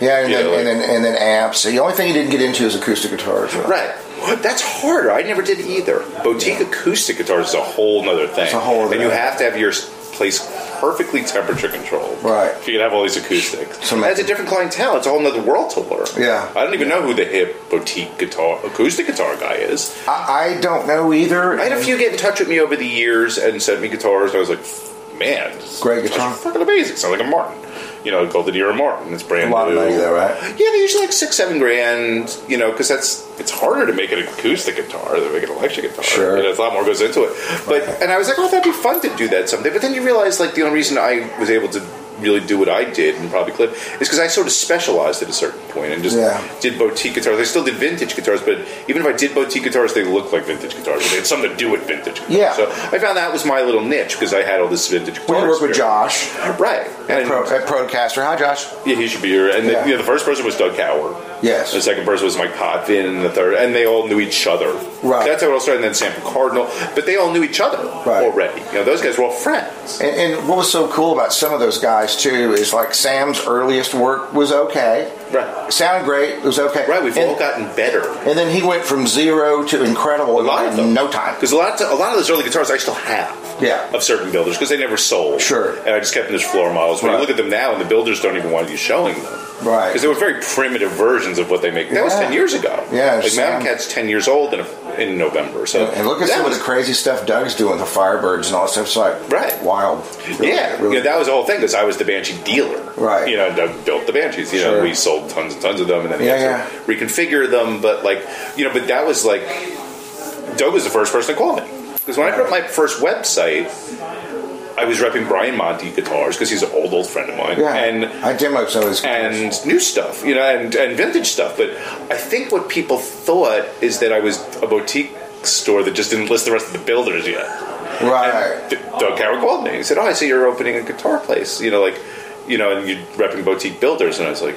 yeah, and,
Yeah,
then,
like-
and then and then amps. The only thing he didn't get into is acoustic guitars.
Right. What? That's harder. I never did either. Boutique acoustic guitars is a whole other thing.
a whole other
And you
thing.
have to have your s- place perfectly temperature controlled.
Right.
If you can have all these acoustics.
So ma-
That's a different clientele. It's a whole other world to learn.
Yeah.
I don't even know who the hip boutique guitar acoustic guitar guy is.
I, I don't know either.
I had a few get in touch with me over the years and sent me guitars. And I was like, man, this
Great
guitar's
guitar.
fucking amazing. Sounds like a Martin. You know, called the Deer Martin. It's brand
A lot of
new.
money though, right?
Yeah, they're usually like six, seven grand, you know, because that's it's harder to make an acoustic guitar than make an electric guitar.
Sure.
You know, it's a lot more goes into it. But and I was like, oh, that'd be fun to do that someday. But then you realize, like, the only reason I was able to really do what I did and probably clip is because I sort of specialized at a certain point and just
Yeah.
did boutique guitars. I still did vintage guitars, but even if I did boutique guitars, they looked like vintage guitars. They had something to do with vintage. Guitars.
Yeah.
So I found that was my little niche because I had all this vintage.
we
guitar
work with
experience.
Josh
right?
at,
And-
Pro, at Procaster. Hi, Josh.
yeah, he should be here. And
Yeah.
the, you know, the first person was Doug Howard.
Yes.
The second person was Mike Potvin, and the third, and they all knew each other.
Right.
That's how it all started. And then Sanford Cardinal, but they all knew each other
Right.
already. You know, those guys were all friends.
And, and what was so cool about some of those guys too is like Sam's earliest work was okay,
Right.
sounded great, it was okay.
Right. We've
and,
all gotten better.
And then he went from zero to incredible
A lot of
in
them.
no time.
Because a lot, of, a lot of those early guitars I still have.
Yeah.
Of certain builders because they never sold.
Sure.
And I just kept them as floor models. When
Right.
you look at them now, and the builders don't even want you showing them.
Right.
Because they were very primitive versions of what they make. That was
Yeah.
ten years ago.
Yeah,
Like
Sam-
Mountain Cat's ten years old, and a in November. So
And look at
that
some
was
of the crazy stuff Doug's doing with the Firebirds and all that stuff. It's like
Right.
wild. Really-
yeah,
really-
yeah, that was the whole thing because I was the Banshee dealer.
Right.
You know, Doug built the Banshees. You know,
Sure.
we sold tons and tons of them, and then he
Yeah,
had to reconfigure them. But like, you know, but that was like, Doug was the first person to call me because when I put up my first website, I was repping Brian Monty guitars because he's an old old friend of mine,
yeah.
and
I demoed some of his
and new stuff, you know, and, and vintage stuff. But I think what people thought is that I was a boutique store that just didn't list the rest of the builders yet.
right.
D- Doug Howard called me. He said, "Oh, I see you're opening a guitar place, you know, like, you know, and you're repping boutique builders." And I was like,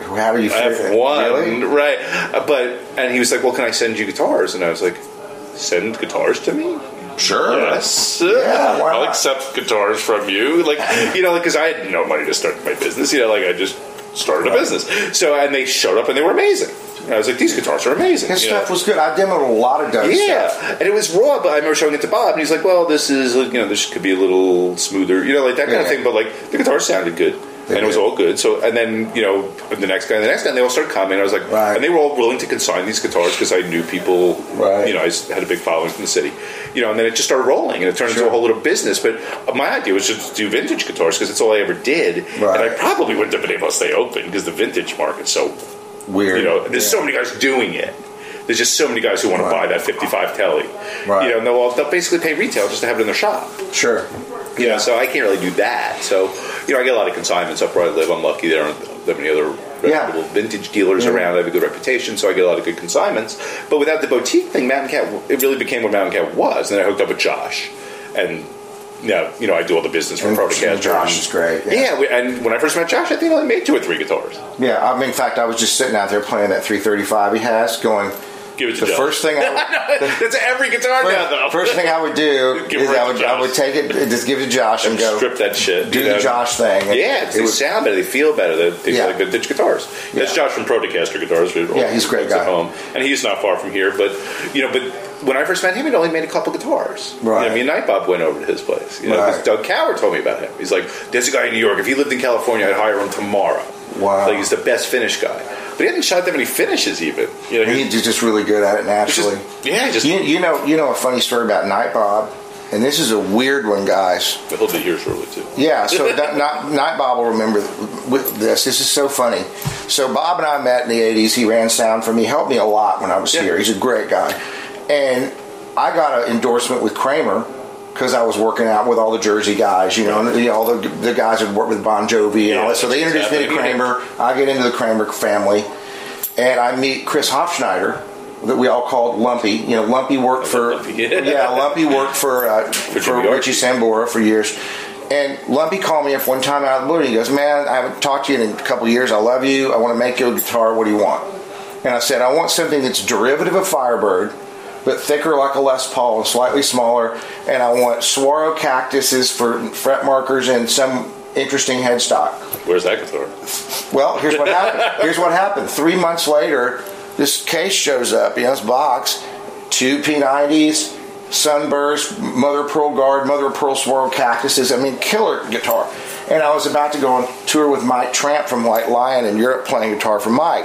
How do you
"I
feel?
have one,
Really?
right?" Uh, But and he was like, "Well, can I send you guitars?" And I was like, "Send guitars to me."
Sure.
Yes,
why
I'll
not?
accept guitars from you. Like you know, like because I had no money to start my business. You know, like I just started a business. So and they showed up and they were amazing. And I was like, these guitars are amazing.
His
you
stuff
know.
was good. I demoed a lot of Doug's
yeah,
stuff.
and it was raw. But I remember showing it to Bob, and he's like, "Well, this is you know this could be a little smoother, you know, like that kind of
Yeah.
thing." But like the guitar sounded good, and it was
did.
all good. So and then you know the next guy, and the next guy, and they all started commenting. I was like,
Right.
and they were all willing to consign these guitars because I knew people.
Right.
You know, I s- had a big following from the city, you know, and then it just started rolling, and it turned
Sure.
into a whole little business. But uh, my idea was just to do vintage guitars because it's all I ever did,
Right.
and I probably wouldn't have been able to stay open because the vintage market's so
Weird.
you know, there's so many guys doing it. There's just so many guys who want to buy
Right.
that 55 telly.
Right.
You know, and they'll, they'll basically pay retail just to have it in their shop.
Sure.
You know, so I can't really do that. So, you know, I get a lot of consignments up where I live. I'm lucky there aren't that many other
Yeah.
reputable vintage dealers
Yeah.
around. I have a good reputation, so I get a lot of good consignments. But without the boutique thing, Mountain Cat, it really became what Mountain Cat was. And then I hooked up with Josh. And, yeah, you know, I do all the business for
And
Protocaster.
Josh is great, yeah.
yeah, we, and when I first met Josh, I think I only made two or three guitars.
Yeah, I mean, in fact, I was just sitting out there playing that 335 he has, going.
Give it to
the
Josh.
first thing I
That's every guitar
first,
now, though.
first thing I would do
Give
is
it
I
to
would I
Josh.
would take it, just give it to Josh and go
strip that shit.
do
you
the
know?
Josh thing. And
Yeah, 'cause
it
they
was-
sound better. They feel better. They, they
Yeah.
feel like vintage guitars. That's
Yeah.
Josh from Protocaster Guitars. who-
Yeah, he's a great
lives at
guy.
home. and he's not far from here. But you know, but when I first met him, he'd only made a couple guitars. You know,
Right.
me and Nightbop went over to his place. You know, 'cause
Right.
Doug Cower told me about him. He's like, "There's a guy in New York. If he lived in California, I'd hire him tomorrow."
Wow.
like he's the best finish guy. But he hadn't shot that many finishes even. You know, he,
he's just really good at it
was just
naturally.
yeah, he just
You, you know, you know a funny story about Night Bob, and this is a weird one, guys.
he'll be here shortly too.
Yeah, so that, not, not Bob will remember with this. This is so funny. So Bob and I met in the '80s. He ran sound for me, helped me a lot when I was
Yeah.
here. He's a great guy, and I got an endorsement with Kramer because I was working out with all the Jersey guys, you know, and the, all the the guys that worked with Bon Jovi and all that. So they introduced me to
Exactly.
Kramer. I get into the Kramer family, and I meet Chris Hofschneider. That we all called Lumpy. You know, Lumpy worked for
Lumpy.
yeah, Lumpy worked for uh, for,
Jimmy Archie.
Richie Sambora for years. And Lumpy called me up one time out of the blue and he goes, Man, I haven't talked to you in a couple of years. I love you. I want to make you a guitar. What do you want? And I said, I want something that's derivative of Firebird, but thicker like a Les Paul and slightly smaller. And I want Saguaro cactuses for fret markers and some interesting headstock.
Where's that guitar?
Well, here's what happened. Here's what happened. Three months later, this case shows up. You know, this box, two P90s, sunburst, mother of pearl guard, mother of pearl swirl cactuses. I mean, killer guitar. And I was about to go on tour with Mike Tramp from White Lion in Europe, playing guitar for Mike.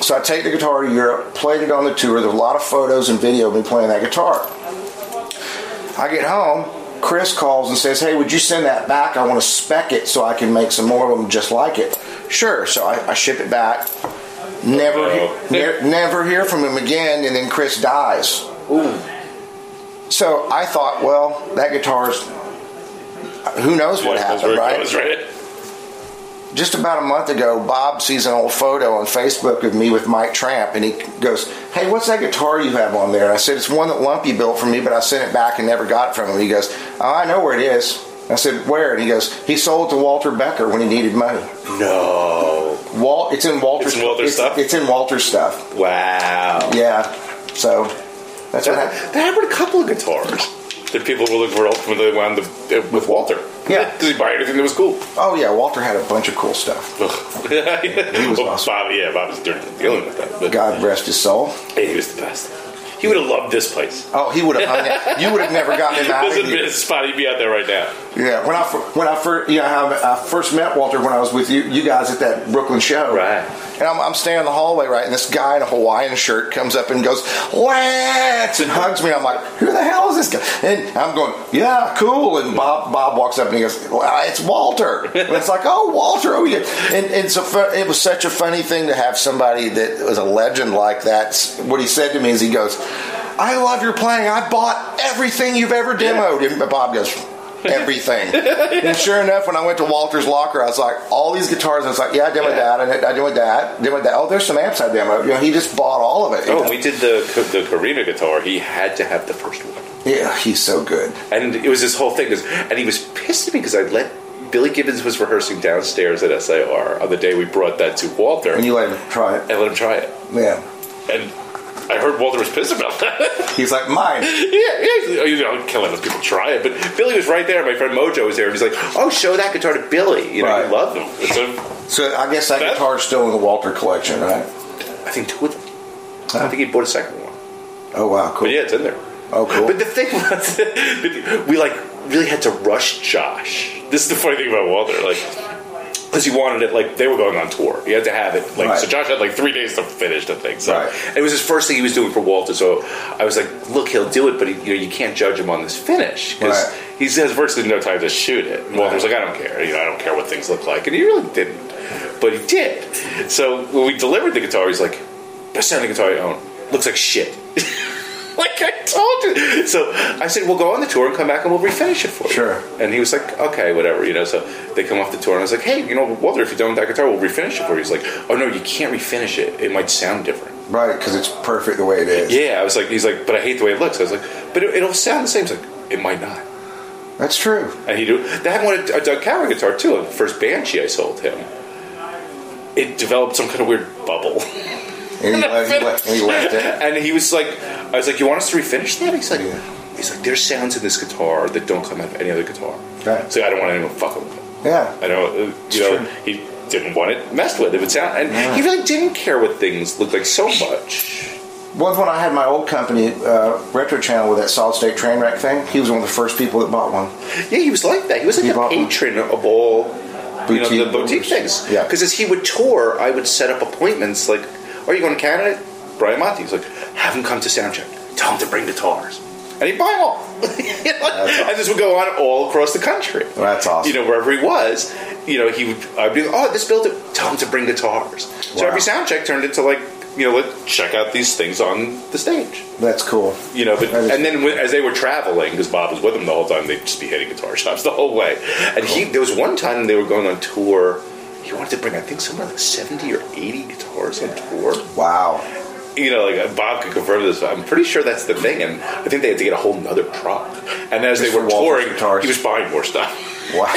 So I take the guitar to Europe, played it on the tour. There's a lot of photos and video of me playing that guitar. I get home. Chris calls and says, "Hey, would you send that back? I want to spec it so I can make some more of them just like it." Sure. So I, I ship it back. Never,
Uh-oh.
ne- never hear from him again. And then Chris dies. So I thought, well, that guitar's who knows what
Yeah, that's where it
happened, right?
goes, right?
just about a month ago, Bob sees an old photo on Facebook of me with Mike Tramp, and he goes, "Hey, what's that guitar you have on there?" And I said, "It's one that Lumpy built for me, but I sent it back and never got it from him." He goes, "Oh, I know where it is." I said, "Where?" And he goes, "He sold it to Walter Becker when he needed money."
No.
Walt, it's in Walter's
It's in Walter's stuff?
It's in Walter's stuff.
Wow.
Yeah, so that's what happened.
That, that happened to a couple of guitars that people were looking for ultimately wound up uh, with Walter.
Yeah.
Did he buy anything that was cool?
Oh yeah, Walter had a bunch of cool stuff.
Ugh. he
was
well,
awesome.
Bob, yeah, Bob was dirty dealing with that. But
God rest his soul.
hey, he was the best. He would have loved this place.
Oh, he would have hung out. You would have never gotten
If
him
it
out of
wasn't
here.
this spot, he'd be out there right now.
Yeah, when I fir- when I first you know how I first met Walter when I was with you you guys at that Brooklyn show.
Right.
And I'm, I'm standing in the hallway, right? And this guy in a Hawaiian shirt comes up and goes, Lance! And hugs me. I'm like, who the hell is this guy? And I'm going, yeah, cool. And Bob Bob walks up and he goes, well, it's Walter. And it's like, oh, Walter. Oh, yeah. And, and so fu- it was such a funny thing to have somebody that was a legend like that. S- What he said to me is he goes, I love your playing. I bought everything you've ever demoed. And Bob goes, everything. and sure enough, when I went to Walter's locker, I was like, all these guitars. I was like, yeah, I demoed that, and I demoed that, demoed that. Oh, there's some amps I demoed. You know, he just bought all of it. you
Oh,
know?
we did the the Karina guitar. He had to have the first one,
yeah, he's so good.
and it was this whole thing. 'cause- And he was pissed at me because I let Billy Gibbons was rehearsing downstairs at SIR on the day we brought that to Walter,
And you let him try it.
and let him try it.
Yeah.
And I heard Walter was pissed about that.
He's like, mine.
yeah, yeah, you know, I can't let those people try it. But Billy was right there. My friend Mojo was there, and he's like, "Oh, show that guitar to Billy. You know,
Right.
you love him." And so
So I guess that
That-
guitar's still in the Walter collection, right?
I think two of them. I think he bought a second one.
Oh, wow, cool.
But yeah, it's in there.
Oh, cool.
But the thing was, we like really had to rush Josh. This is the funny thing about Walter, like, because he wanted it. Like they were going on tour, he had to have it. Like so,
Right.
Josh had like three days to finish the thing. So
Right.
it was his first thing he was doing for Walter. So I was like, look, he'll do it, but he, you know, you can't judge him on this finish because
Right.
he has virtually no time to shoot it. And Walter's
Right.
like, I don't care. You know, I don't care what things look like, and he really didn't. But he did. So when we delivered the guitar, he's like, best sounding guitar you own. Looks like shit. like I told you. So I said, we'll go on the tour and come back and we'll refinish it for you.
Sure.
And he was like, okay, whatever, you know. So they come off the tour and I was like, hey, you know, Walter, if you're done with that guitar, we'll refinish it for you. He's like, oh no, you can't refinish it. It might sound different.
Right, because it's perfect the way it is.
Yeah, I was like, he's like, but I hate the way it looks. I was like, but it, it'll sound the same. He's like, it might not.
That's true.
And he do they had one a Doug Cowan guitar too. The first Banshee I sold him, it developed some kind of weird bubble.
And he, left, he, left, and he left it.
And he was like, I was like, you want us to refinish that? He's like,
Yeah.
he's like, there's sounds in this guitar that don't come out of any other guitar.
Right.
So I don't want anyone fucking with it.
Yeah.
I don't, uh, you know,
true.
he didn't want it messed with. If it sound, and he really didn't care what things looked like so much.
Once when I had my old company, uh, Retro Channel, with that solid state train wreck thing, he was one of the first people that bought one.
Yeah, he was like that. He was like
He
a
bought one.
patron of all, you know,
Boutique
the boutique
builders.
things.
Yeah.
Because as he would tour, I would set up appointments. Like, are you going to Canada? Brian Monty. He's like, have him come to soundcheck. Tell him to bring guitars. And he'd buy them all. You know?
awesome.
And this would go on all across the country.
That's awesome.
You know, wherever he was, you know, he would, I'd be like, oh, this builder, tell him to bring guitars. So
Wow.
every sound check turned into like, you know, let's check out these things on the stage
That's cool.
you know. But
That is-
and then when, as they were traveling, because Bob was with them the whole time, they'd just be hitting guitar shops the whole way. And he, there was one time they were going on tour. He wanted to bring, I think, somewhere like seventy or eighty guitars on tour.
Wow.
You know, like uh, Bob could confirm this. but I'm pretty sure that's the thing. And I think they had to get a whole nother truck. And as
Just
they were
for Walter's
touring,
guitars.
he was buying more stuff.
Wow.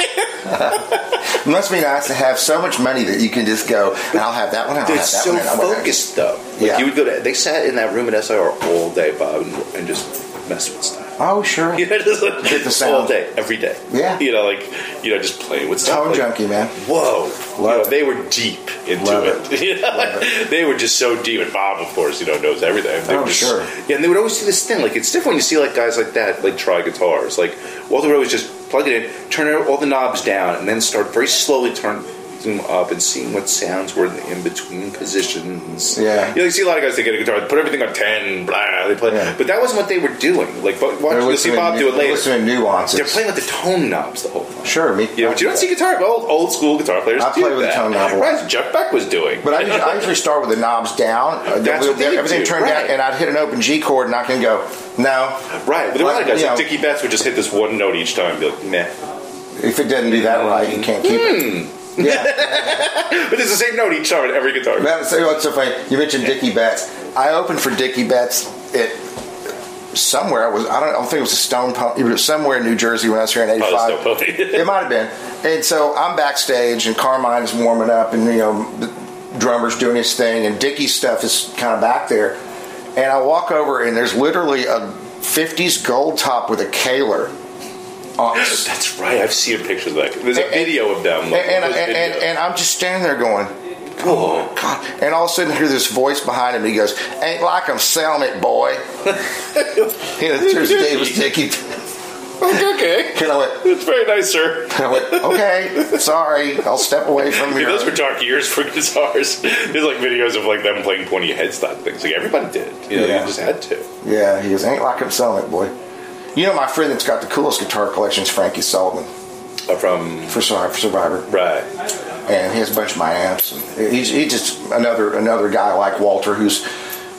must be nice to have so much money that you can just go, and I'll have that one, and I'll
They're
have Ah, that
so
one. and I'll have that one."
focused, though. Like
Yeah.
you would go to. They sat in that room at SIR all day, Bob, and, and just mess with stuff.
Oh, sure.
You know, just like
Get the
all
sound.
day, every day.
Yeah.
You know, like you know, just playing with stuff.
Tone
like,
junkie, man.
Whoa. You
Love
know,
it.
they were deep into
Love
it.
it.
You know,
Love it.
They were just so deep. And Bob, of course, you know, knows everything. They
Oh,
were just,
sure.
Yeah, and they would always do this thing. Like it's different when you see like guys like that, like try guitars. Like Walter would always just plug it in, turn all the knobs down, and then start very slowly turning them up and seeing what sounds were in the in between positions.
Yeah.
You know, you see a lot of guys that get a guitar, they put everything on ten, blah, they play.
Yeah.
But that wasn't what they were doing. Like, but watch,
They're
you'll see
listening
Bob
to-
do it
they're
later.
listening to nuances.
They're playing with the tone knobs the whole time.
Sure, me.
Yeah, but you don't see guitar old, old school guitar players.
I
do
play with
that.
a tone knob a lot.
Right, Jeff Beck was doing.
But I usually, I usually start with the knobs down. uh, the
That's
wheel-
what they
everything
do,
turned down,
right.
and I'd hit an open G chord, and I can go, no.
right, but there were a lot of guys.
you
Like
know,
Dickie Betts would just hit this one note each time, and be like, meh.
If it doesn't do that right, you can't keep it.
Hmm.
Yeah.
But it's the same note each time on every guitar.
That's so what's so funny. You mentioned Dickie Betts. I opened for Dickie Betts at somewhere. It was I don't, I don't think it was a Stone Pump. It was somewhere in New Jersey when I was here in '85.
Oh, the Stone Pony.
it might have been. And so I'm backstage, and Carmine's warming up, and you know, the drummer's doing his thing, and Dickie's stuff is kind of back there. And I walk over, and there's literally a '50s gold top with a Kaler. on- and,
That's right. I've seen pictures of that. There's a
And-
video of them.
and,
There's a
and, and,
video.
and I'm just standing there going,
oh,
God. And all of a sudden, I hear this voice behind him. He goes, "Ain't like I'm selling it, boy." you know, Thursday was Dickie.
okay.
And I went,
That's very nice, sir.
and I went, okay, sorry, I'll step away
I
from
mean,
your.
those were dark years for guitars. There's like videos of like them playing pointy headstock things. Like everybody did. You know,
Yeah.
you just had to.
Yeah, he goes, ain't like I'm selling it, boy. You know, my friend that's got the coolest guitar collection is Frankie Sullivan
Uh, From
for Survivor, Survivor
right,
and he has a bunch of my amps. And he's, he's just another another guy like Walter who's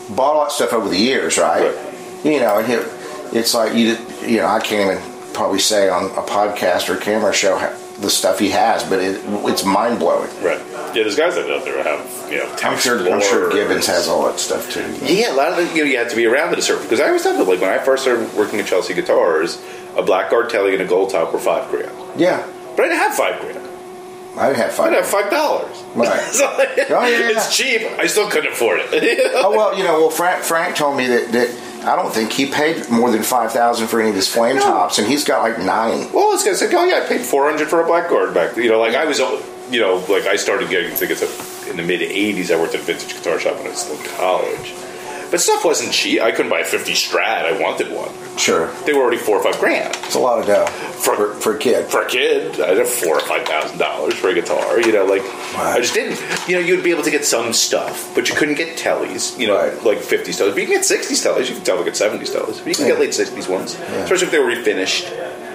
bought a lot of stuff over the years, right?
Right.
You know, and he, it's like you you know I can't even probably say on a podcast or camera show how, the stuff he has, but it, it's mind blowing.
right. Yeah, there's guys out there who have you know.
I'm sure, I'm sure
Explorers.
Gibbons has all that stuff too.
Yeah, a lot of the, you know you had to be around at a certain because I always thought that like when I first started working at Chelsea Guitars, a blackguard telly and a gold top were five grand,
Yeah,
but I didn't have five grand.
I didn't have
I
five.
didn't have five dollars.
Right. Oh,
so,
yeah, yeah.
It's cheap. I still couldn't afford it. You know?
Oh well, you know, well Frank Frank told me that, that I don't think he paid more than five thousand for any of his flame
No.
tops, and he's got like nine.
Well, it's gonna say, oh yeah, I paid four hundred for a blackguard back. You know, like I was, you know, like I started getting tickets in the mid '80s. I worked at a vintage guitar shop when I was still in college, but stuff wasn't cheap. I couldn't buy a '50 Strat. I wanted one.
Sure,
They were already four or five grand
it's a lot of dough
For-
for for a kid.
for a kid. I had four or five thousand dollars for a guitar. You know, like
Right.
I just didn't. You know, you'd be able to get some stuff, but you couldn't get tellies. You know,
Right.
like '50s tellies. But you can get '60s tellies. You can tell get '70s tellies. But you can
Yeah.
get late '60s ones,
Yeah.
especially if they were refinished.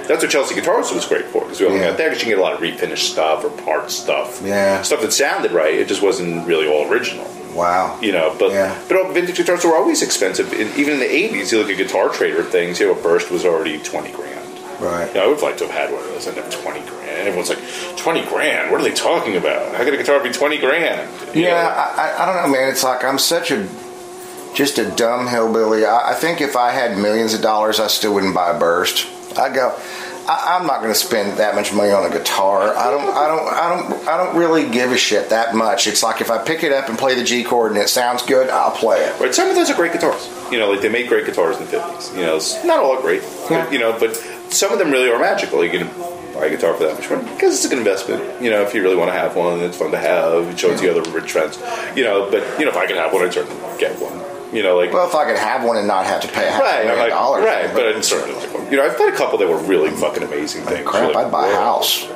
That's what Chelsea Guitars was great for because we all
Yeah.
got there because you can get a lot of refinished stuff or part stuff.
Yeah.
stuff that sounded right. It just wasn't really all original.
Wow.
You know, but
Yeah.
but all vintage guitars were always expensive. In, even in the '80s, you look at Guitar Trader things. You know, a burst was already twenty grand.
Right.
Yeah, I would like to have had one of those. I'd have 20 grand. Everyone's like, 20 grand? What are they talking about? How could a guitar be 20 grand? You
Yeah,
know?
I, I, I don't know, man. It's like I'm such a just a dumb hillbilly. I, I think if I had millions of dollars, I still wouldn't buy a burst. I go. I, I'm not going to spend that much money on a guitar. I don't. I don't. I don't. I don't really give a shit that much. It's like if I pick it up and play the G chord and it sounds good, I'll play it.
But some of those are great guitars. You know, like they make great guitars in the 50s. You know, it's not all are great.
Yeah.
But, you know, but some of them really are magical. You can buy a guitar for that much money because it's a good investment. You know, if you really want to have one, it's fun to have. It shows the other rich friends. You know, but, you know, if I can have one, I'd certainly get one. You know, like.
Well, if I could have one and not have to pay a half a
Right,
million
like,
dollars,
right, but I'd certainly like one. You know, I've played a couple that were really fucking amazing things.
crap,
Like,
I'd buy a
whoa.
house.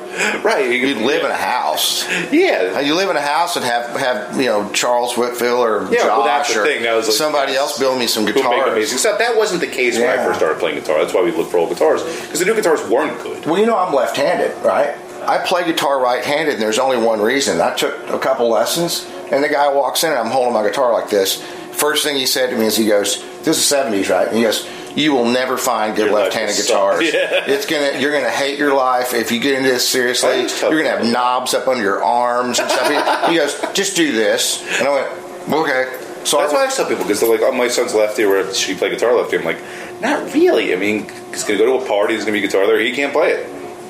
Right,
You'd live in a house.
Yeah,
Now, You live in a house and have have you know Charles Whitfield or
Yeah, well, that's
Josh
the
or
thing. That was like-
somebody else build me some
who make amazing
guitars.
stuff. That wasn't the case when I
Yeah.
first started playing guitar. That's why we looked for old guitars because the new guitars weren't good.
Well, you know I'm left-handed, right? I play guitar right-handed, and there's only one reason. I took a couple lessons, and the guy walks in, and I'm holding my guitar like this. First thing he said to me is, he goes, "This is '70s, right?" And he goes, "You will never find good
Your life
left-handed
will suck."
guitars.
Yeah.
It's gonna, you're gonna hate your life if you get into this
I
seriously.
used to-
You're gonna have knobs up under your arms and stuff." he, he goes, "Just do this," and I went, "Okay." So
That's
I,
why I tell people because they're like, "Oh, my son's lefty, or should he play guitar lefty?" I'm like, "Not really. I mean, he's gonna go to a party. There's gonna be guitar there. He can't play it.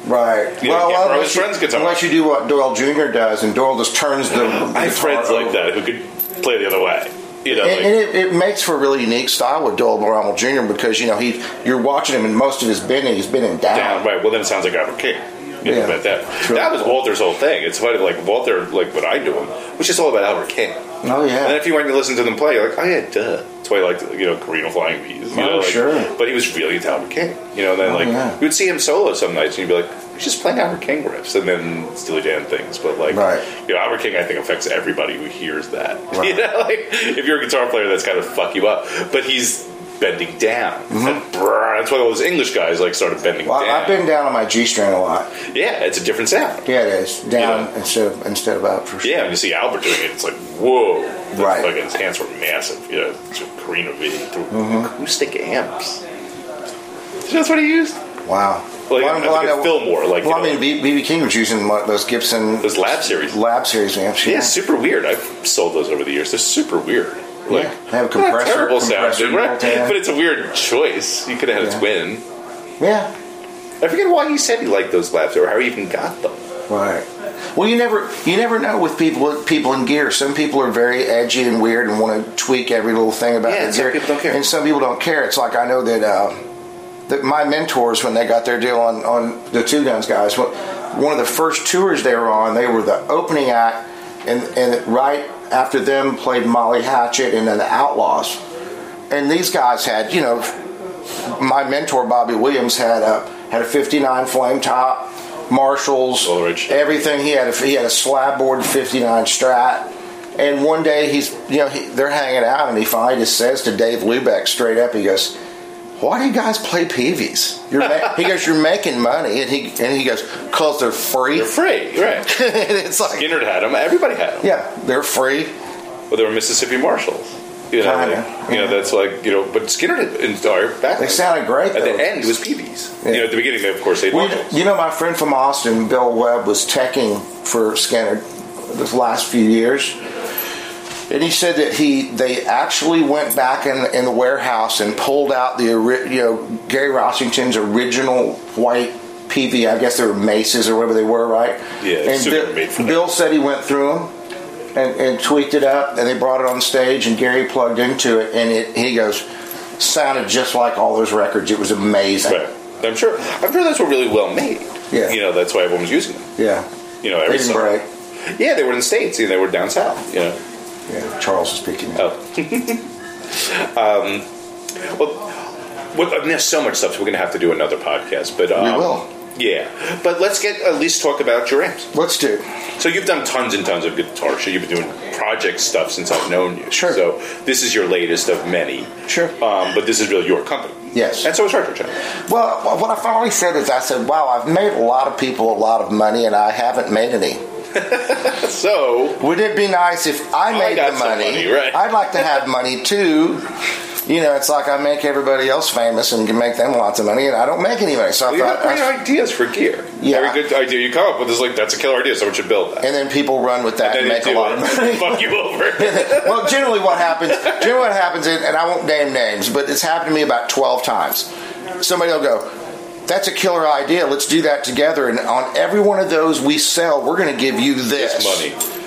Right.
You know, you can't borrow his
you,
friend's guitar.
unless you do what Doyle Jr. does, and Doyle just turns the.
I have friends like
guitar
that who could play the other way. You know,
over. And, and
like,
it, it makes for a really unique style with Doyle Rommel Jr. because you know he, you're watching him, and most of his bending, he's bending down.
down. Right. Well, then it sounds like I'm a king. You know,
Yeah.
about that.
True.
That was Walter's whole thing. It's funny, like Walter, like what I knew him, was just all about Albert King.
Oh
And
yeah.
if you went to listen to them play, you're like, oh yeah, duh. That's why I liked, you know, Carino Flying Bees. You
Oh,
know, like,
sure.
But he was really into Albert King. You know, and then,
Oh,
like,
yeah.
you would see him solo some nights, and you'd be like, he's just playing Albert King riffs, and then Steely Dan things. But, like,
Right.
you know, Albert King, I think, affects everybody who hears that.
Right.
You know, like, if you're a guitar player, that's kind of fuck you up. But he's bending down.
Mm-hmm.
And brrr, that's why all those English guys, like, started bending
Well,
down.
I've been down on my G string a lot.
yeah, it's a different sound.
Yeah, it is down
Yeah.
instead of instead of up for sure.
Yeah, when you see Albert doing it, it's like, whoa. That's
Right.
Like, his hands were massive. You know, it's a Carino V through
Mm-hmm.
acoustic amps. That's what he used.
Wow.
Well,
Well,
I think it's Fillmore, like,
well,
you know,
I mean, BB King was using what, those Gibson
Those lab series. Yeah,
lab series amps. Yeah.
super weird. I've sold those over the years. They're super weird. Like,
Yeah, they have a
not
compressor-
terrible
compressor
sounding, right?
built in.
But it's a weird choice. You could have had
Yeah.
its win.
yeah.
I forget why he said he liked those labs or how he even got them.
Right. Well, you never you never know with people with people in gear. Some people are very edgy and weird and want to tweak every little thing about
Yeah,
their
and some
gear.
people don't care.
And some people don't care. It's like I know that uh, that my mentors when they got their deal on on the Two Guns guys, one one of the first tours they were on, they were the opening act, and and right after them played Molly Hatchet and then the Outlaws, and these guys had you know my mentor Bobby Williams had uh, had a 59 flame top, Marshalls,
Coleridge.
everything. He had a, he had a slab board 59 Strat. And one day he's you know he, they're hanging out and he finally just says to Dave Lubeck straight up he goes, "Why do you guys play Peavies?" You're ma-, he goes, "You're making money," and he and he goes, "Cause they're free."
They're free, right?
and it's like,
Skinner had them. Everybody had them.
yeah, they're free.
Well, they were Mississippi Marshals. You know,
Kinda,
like, you know,
yeah.
that's like you know. But Skinner did and or back
They sounded great.
at the
though.
end. It was PBs.
Yeah.
You know, at the beginning, they, of course, they
We,
Marshalls.
you know, my friend from Austin, Bill Webb, was teching for Skinner this last few years, and he said that he they actually went back in, in the warehouse and pulled out the ori- you know Gary Rossington's original white PV. I guess they were maces or whatever they were, right?
Yeah,
And
super
Bi-
made for that.
Bill said he went through them. And, and tweaked it up, and they brought it on stage, and Gary plugged into it, and it, he goes, sounded just like all those records. It was amazing.
Right. I'm sure. I'm sure those were really well made.
Yeah.
You know, that's why everyone was using them.
Yeah.
You know, every
Prison
summer.
break.
Yeah, they were in the states. You know, they were down south. You know.
Yeah, Charles is picking it up.
Oh. um, well, well, I mean, there's so much stuff. So we're going to have to do another podcast. But um,
will.
Yeah, but let's get at least talk about your amps.
Let's do.
So you've done tons and tons of guitar. So you've been doing project stuff since I've known you.
Sure.
So this is your latest of many.
Sure.
Um, but this is really your company.
Yes.
And so is Retro Channel.
Well, what I finally said is, I said, "Wow, I've made a lot of people a lot of money, and I haven't made any.
So
Would it be nice if I made
got
the
some
money?
money, right.
I'd like to have money too." You know, it's like I make everybody else famous and can make them lots of money, and I don't make any money. So I
you have
thought,
great ideas for gear.
Yeah.
Every good idea you come up with is like that's a killer idea. Someone should build that.
and then people run with that and,
they
make a
do
lot
it.
of money.
Fuck you over.
well, generally what happens, generally what happens, and and I won't name names, but it's happened to me about 12 times. Somebody will go, that's a killer idea. Let's do that together. And on every one of those we sell, we're going to give you this.
It's money.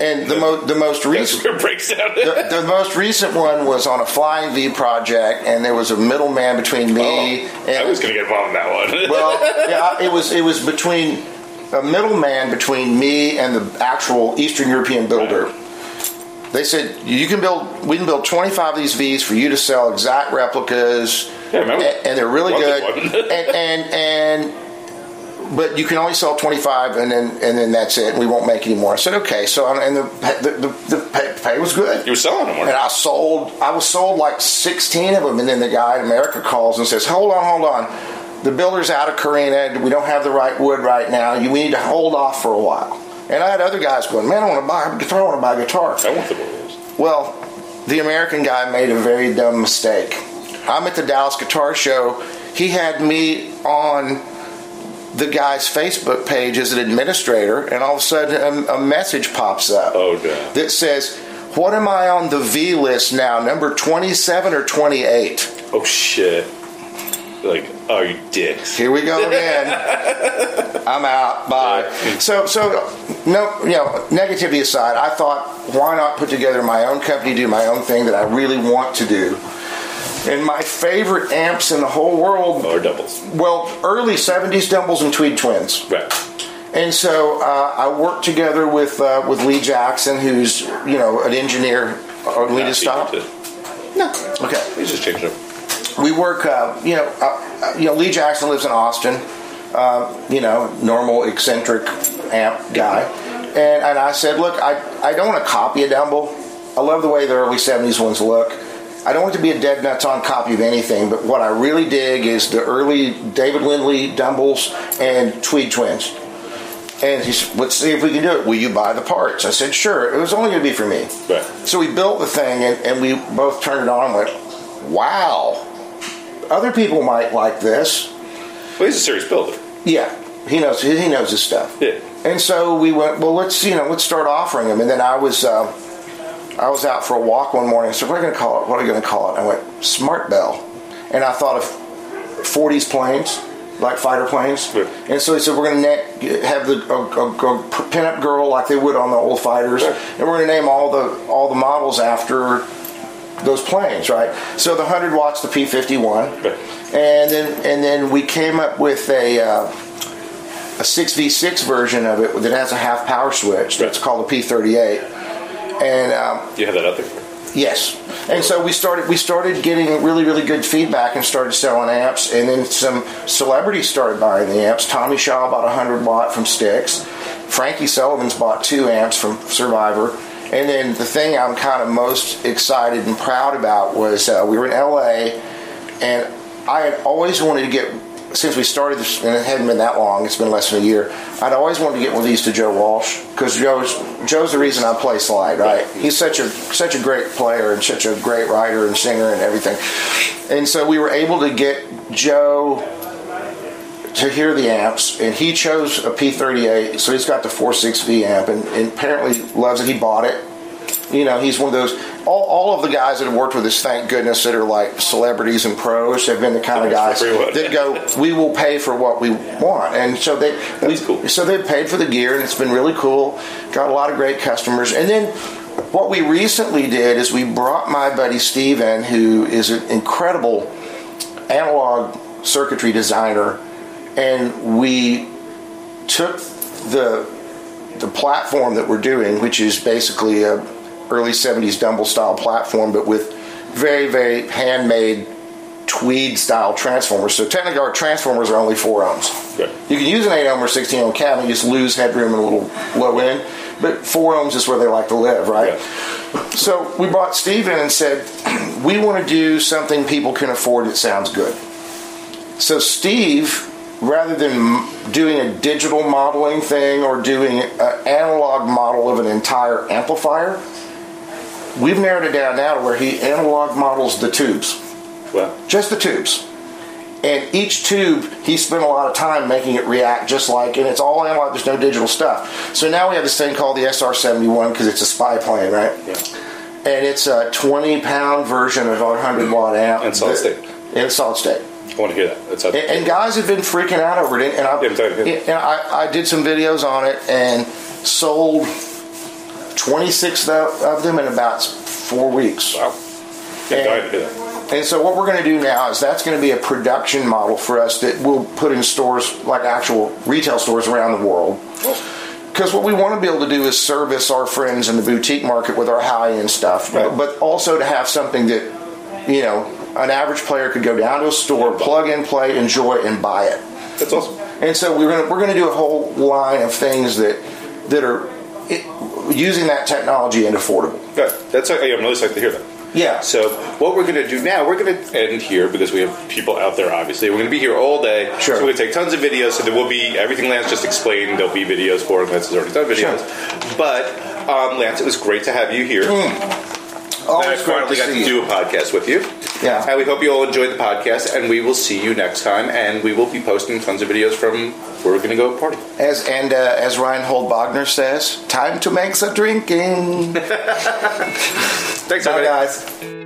And the, mo- the most
That's
recent.
where it breaks down.
The, the most recent one was on a flying V project, and there was a middleman between me and
Oh, I was going to get involved in that one.
well, yeah, it was it was between a middleman between me and the actual Eastern European builder. They said you can build, we can build 25 of these V's for you to sell exact replicas,
Yeah, I remember.
and, and they're really
Wanted
good.
one.
and, and and but you can only sell 25, and then and then that's it. We won't make any more. I said okay. So I- and the the, the, the pay, pay was good.
you were selling them, weren't
And I sold, I was sold like 16 of them. And then the guy in America calls and says, hold on, hold on. The builder's out of Karina. We don't have the right wood right now. You, we need to hold off for a while. And I had other guys going, man, I want to buy a guitar. I want to buy a guitar.
you? I want the Warriors.
Well, the American guy made a very dumb mistake. I'm at the Dallas Guitar Show. He had me on the guy's Facebook page as an administrator, and all of a sudden a, a message pops up
Oh, no.
that says, What am I on the V list now, number 27 or 28?
Oh, shit. Like, oh, you dicks.
Here we go again. I'm out. Bye. So, so no, you know, negativity aside, I thought, why not put together my own company, do my own thing that I really want to do? And my favorite amps in the whole world,
Or Oh, doubles.
well, early 70s Dumbles and Tweed Twins.
Right.
And so uh, I worked together with uh, with Lee Jackson, who's you know an engineer. Oh, Or Lee
Not
to stop.
cheated.
No. Okay.
They just changed them.
we work. Uh, you know, uh, uh, you know, Lee Jackson lives in Austin. Uh, you know, normal eccentric amp guy, and and I said, look, I I don't want to copy a Dumble. I love the way the early '70s ones look. I don't want to be a dead nuts on copy of anything, but what I really dig is the early David Lindley Dumbles and Tweed Twins. And he said, let's see if we can do it. Will you buy the parts? I said, sure. It was only going to be for me.
Right.
So we built the thing and, and we both turned it on and went, wow, other people might like this.
Well, he's a serious builder.
Yeah, he knows he knows his stuff.
Yeah.
And so we went. Well, let's you know let's start offering them. And then I was uh, I was out for a walk one morning. I said, "What are we going to call it? What are we going to call it?" I went Smart Bell, and I thought of 40s planes. Like fighter planes,
Yeah.
and so he said we're going to have the a, a, a pinup girl like they would on the old fighters,
Sure.
and we're going to name all the all the models after those planes, right? So the hundred watts, the P fifty one,
Right.
and then and then we came up with a uh, a six v six version of it that has a half power switch. That's
Right.
called a P thirty eight, and um,
You have that out there.
Yes, and so we started. We started getting really, really good feedback, and started selling amps. And then some celebrities started buying the amps. Tommy Shaw bought a hundred watt from Styx. Frankie Sullivan's bought two amps from Survivor. And then the thing I'm kind of most excited and proud about was uh, we were in LA, and I had always wanted to get since we started this, and it hadn't been that long. It's been less than a year. I'd always wanted to get one of these to Joe Walsh because Joe's Joe's the reason I play slide. Right? He's such a such a great player and such a great writer and singer and everything. And so we were able to get Joe to hear the amps, and he chose a P38, so he's got the 46V amp, and, and apparently loves it. He bought it. You know, he's one of those. All, all of the guys that have worked with us, thank goodness, that are like celebrities and pros, have been the kind of guys
Thanks for everyone.
that go, "We will pay for what we want," and so they we,
That's cool.
so they paid for the gear, and it's been really cool. Got a lot of great customers, and then what we recently did is we brought my buddy Steve in, who is an incredible analog circuitry designer, and we took the the platform that we're doing, which is basically a early '70s Dumble style platform, but with very very handmade tweed style transformers. So technically, our transformers are only four ohms.
Right.
You can use an eight ohm or sixteen ohm cab and just lose headroom and a little low end, but four ohms is where they like to live, right?
Yeah.
So we brought Steve in and said, we want to do something people can afford that sounds good. So Steve, rather than m- doing a digital modeling thing or doing an analog model of an entire amplifier, we've narrowed it down now to where he analog models the tubes
Well,
just the tubes. And each tube, he spent a lot of time making it react just like, and it's all analog, there's no digital stuff. So now we have this thing called the SR 71 because it's a spy plane, right?
yeah.
And it's a 20 pound version of our 100 watt amp.
And solid state.
And solid state.
I want to hear that. That's how.
And, and guys have been freaking out over it. And I,
Yeah, I'm telling you.
and I, I did some videos on it and sold 26 of of them in about four weeks.
wow. Yeah, dying to hear that.
And so what we're going to do now is that's going to be a production model for us that we'll put in stores like actual retail stores around the world. Because what we want to be able to do is service our friends in the boutique market with our high end stuff,
Right.
but, but also to have something that you know an average player could go down to a store, plug in, play, enjoy, and buy it.
That's awesome.
And so we're gonna we're gonna do a whole line of things that that are it, using that technology and affordable.
Good. That's okay. I'm really excited to hear that.
Yeah.
So what we're going to do now, we're going to end here because we have people out there. Obviously, we're going to be here all day. So
Sure.
we're going to take tons of videos. So there will be everything Lance just explained. There'll be videos for him. Lance has already done videos. But um, Lance, it was great to have you here. And I
Mm. hmm. Always great
finally
to
got
see
to
you.
do a podcast with you.
Yeah.
And we hope you all enjoyed the podcast. And we will see you next time. And we will be posting tons of videos from where we're going to go party.
As and uh, as Reinhold Wagner says, time to make the drinking.
Thanks,
Bye,
everybody.
guys.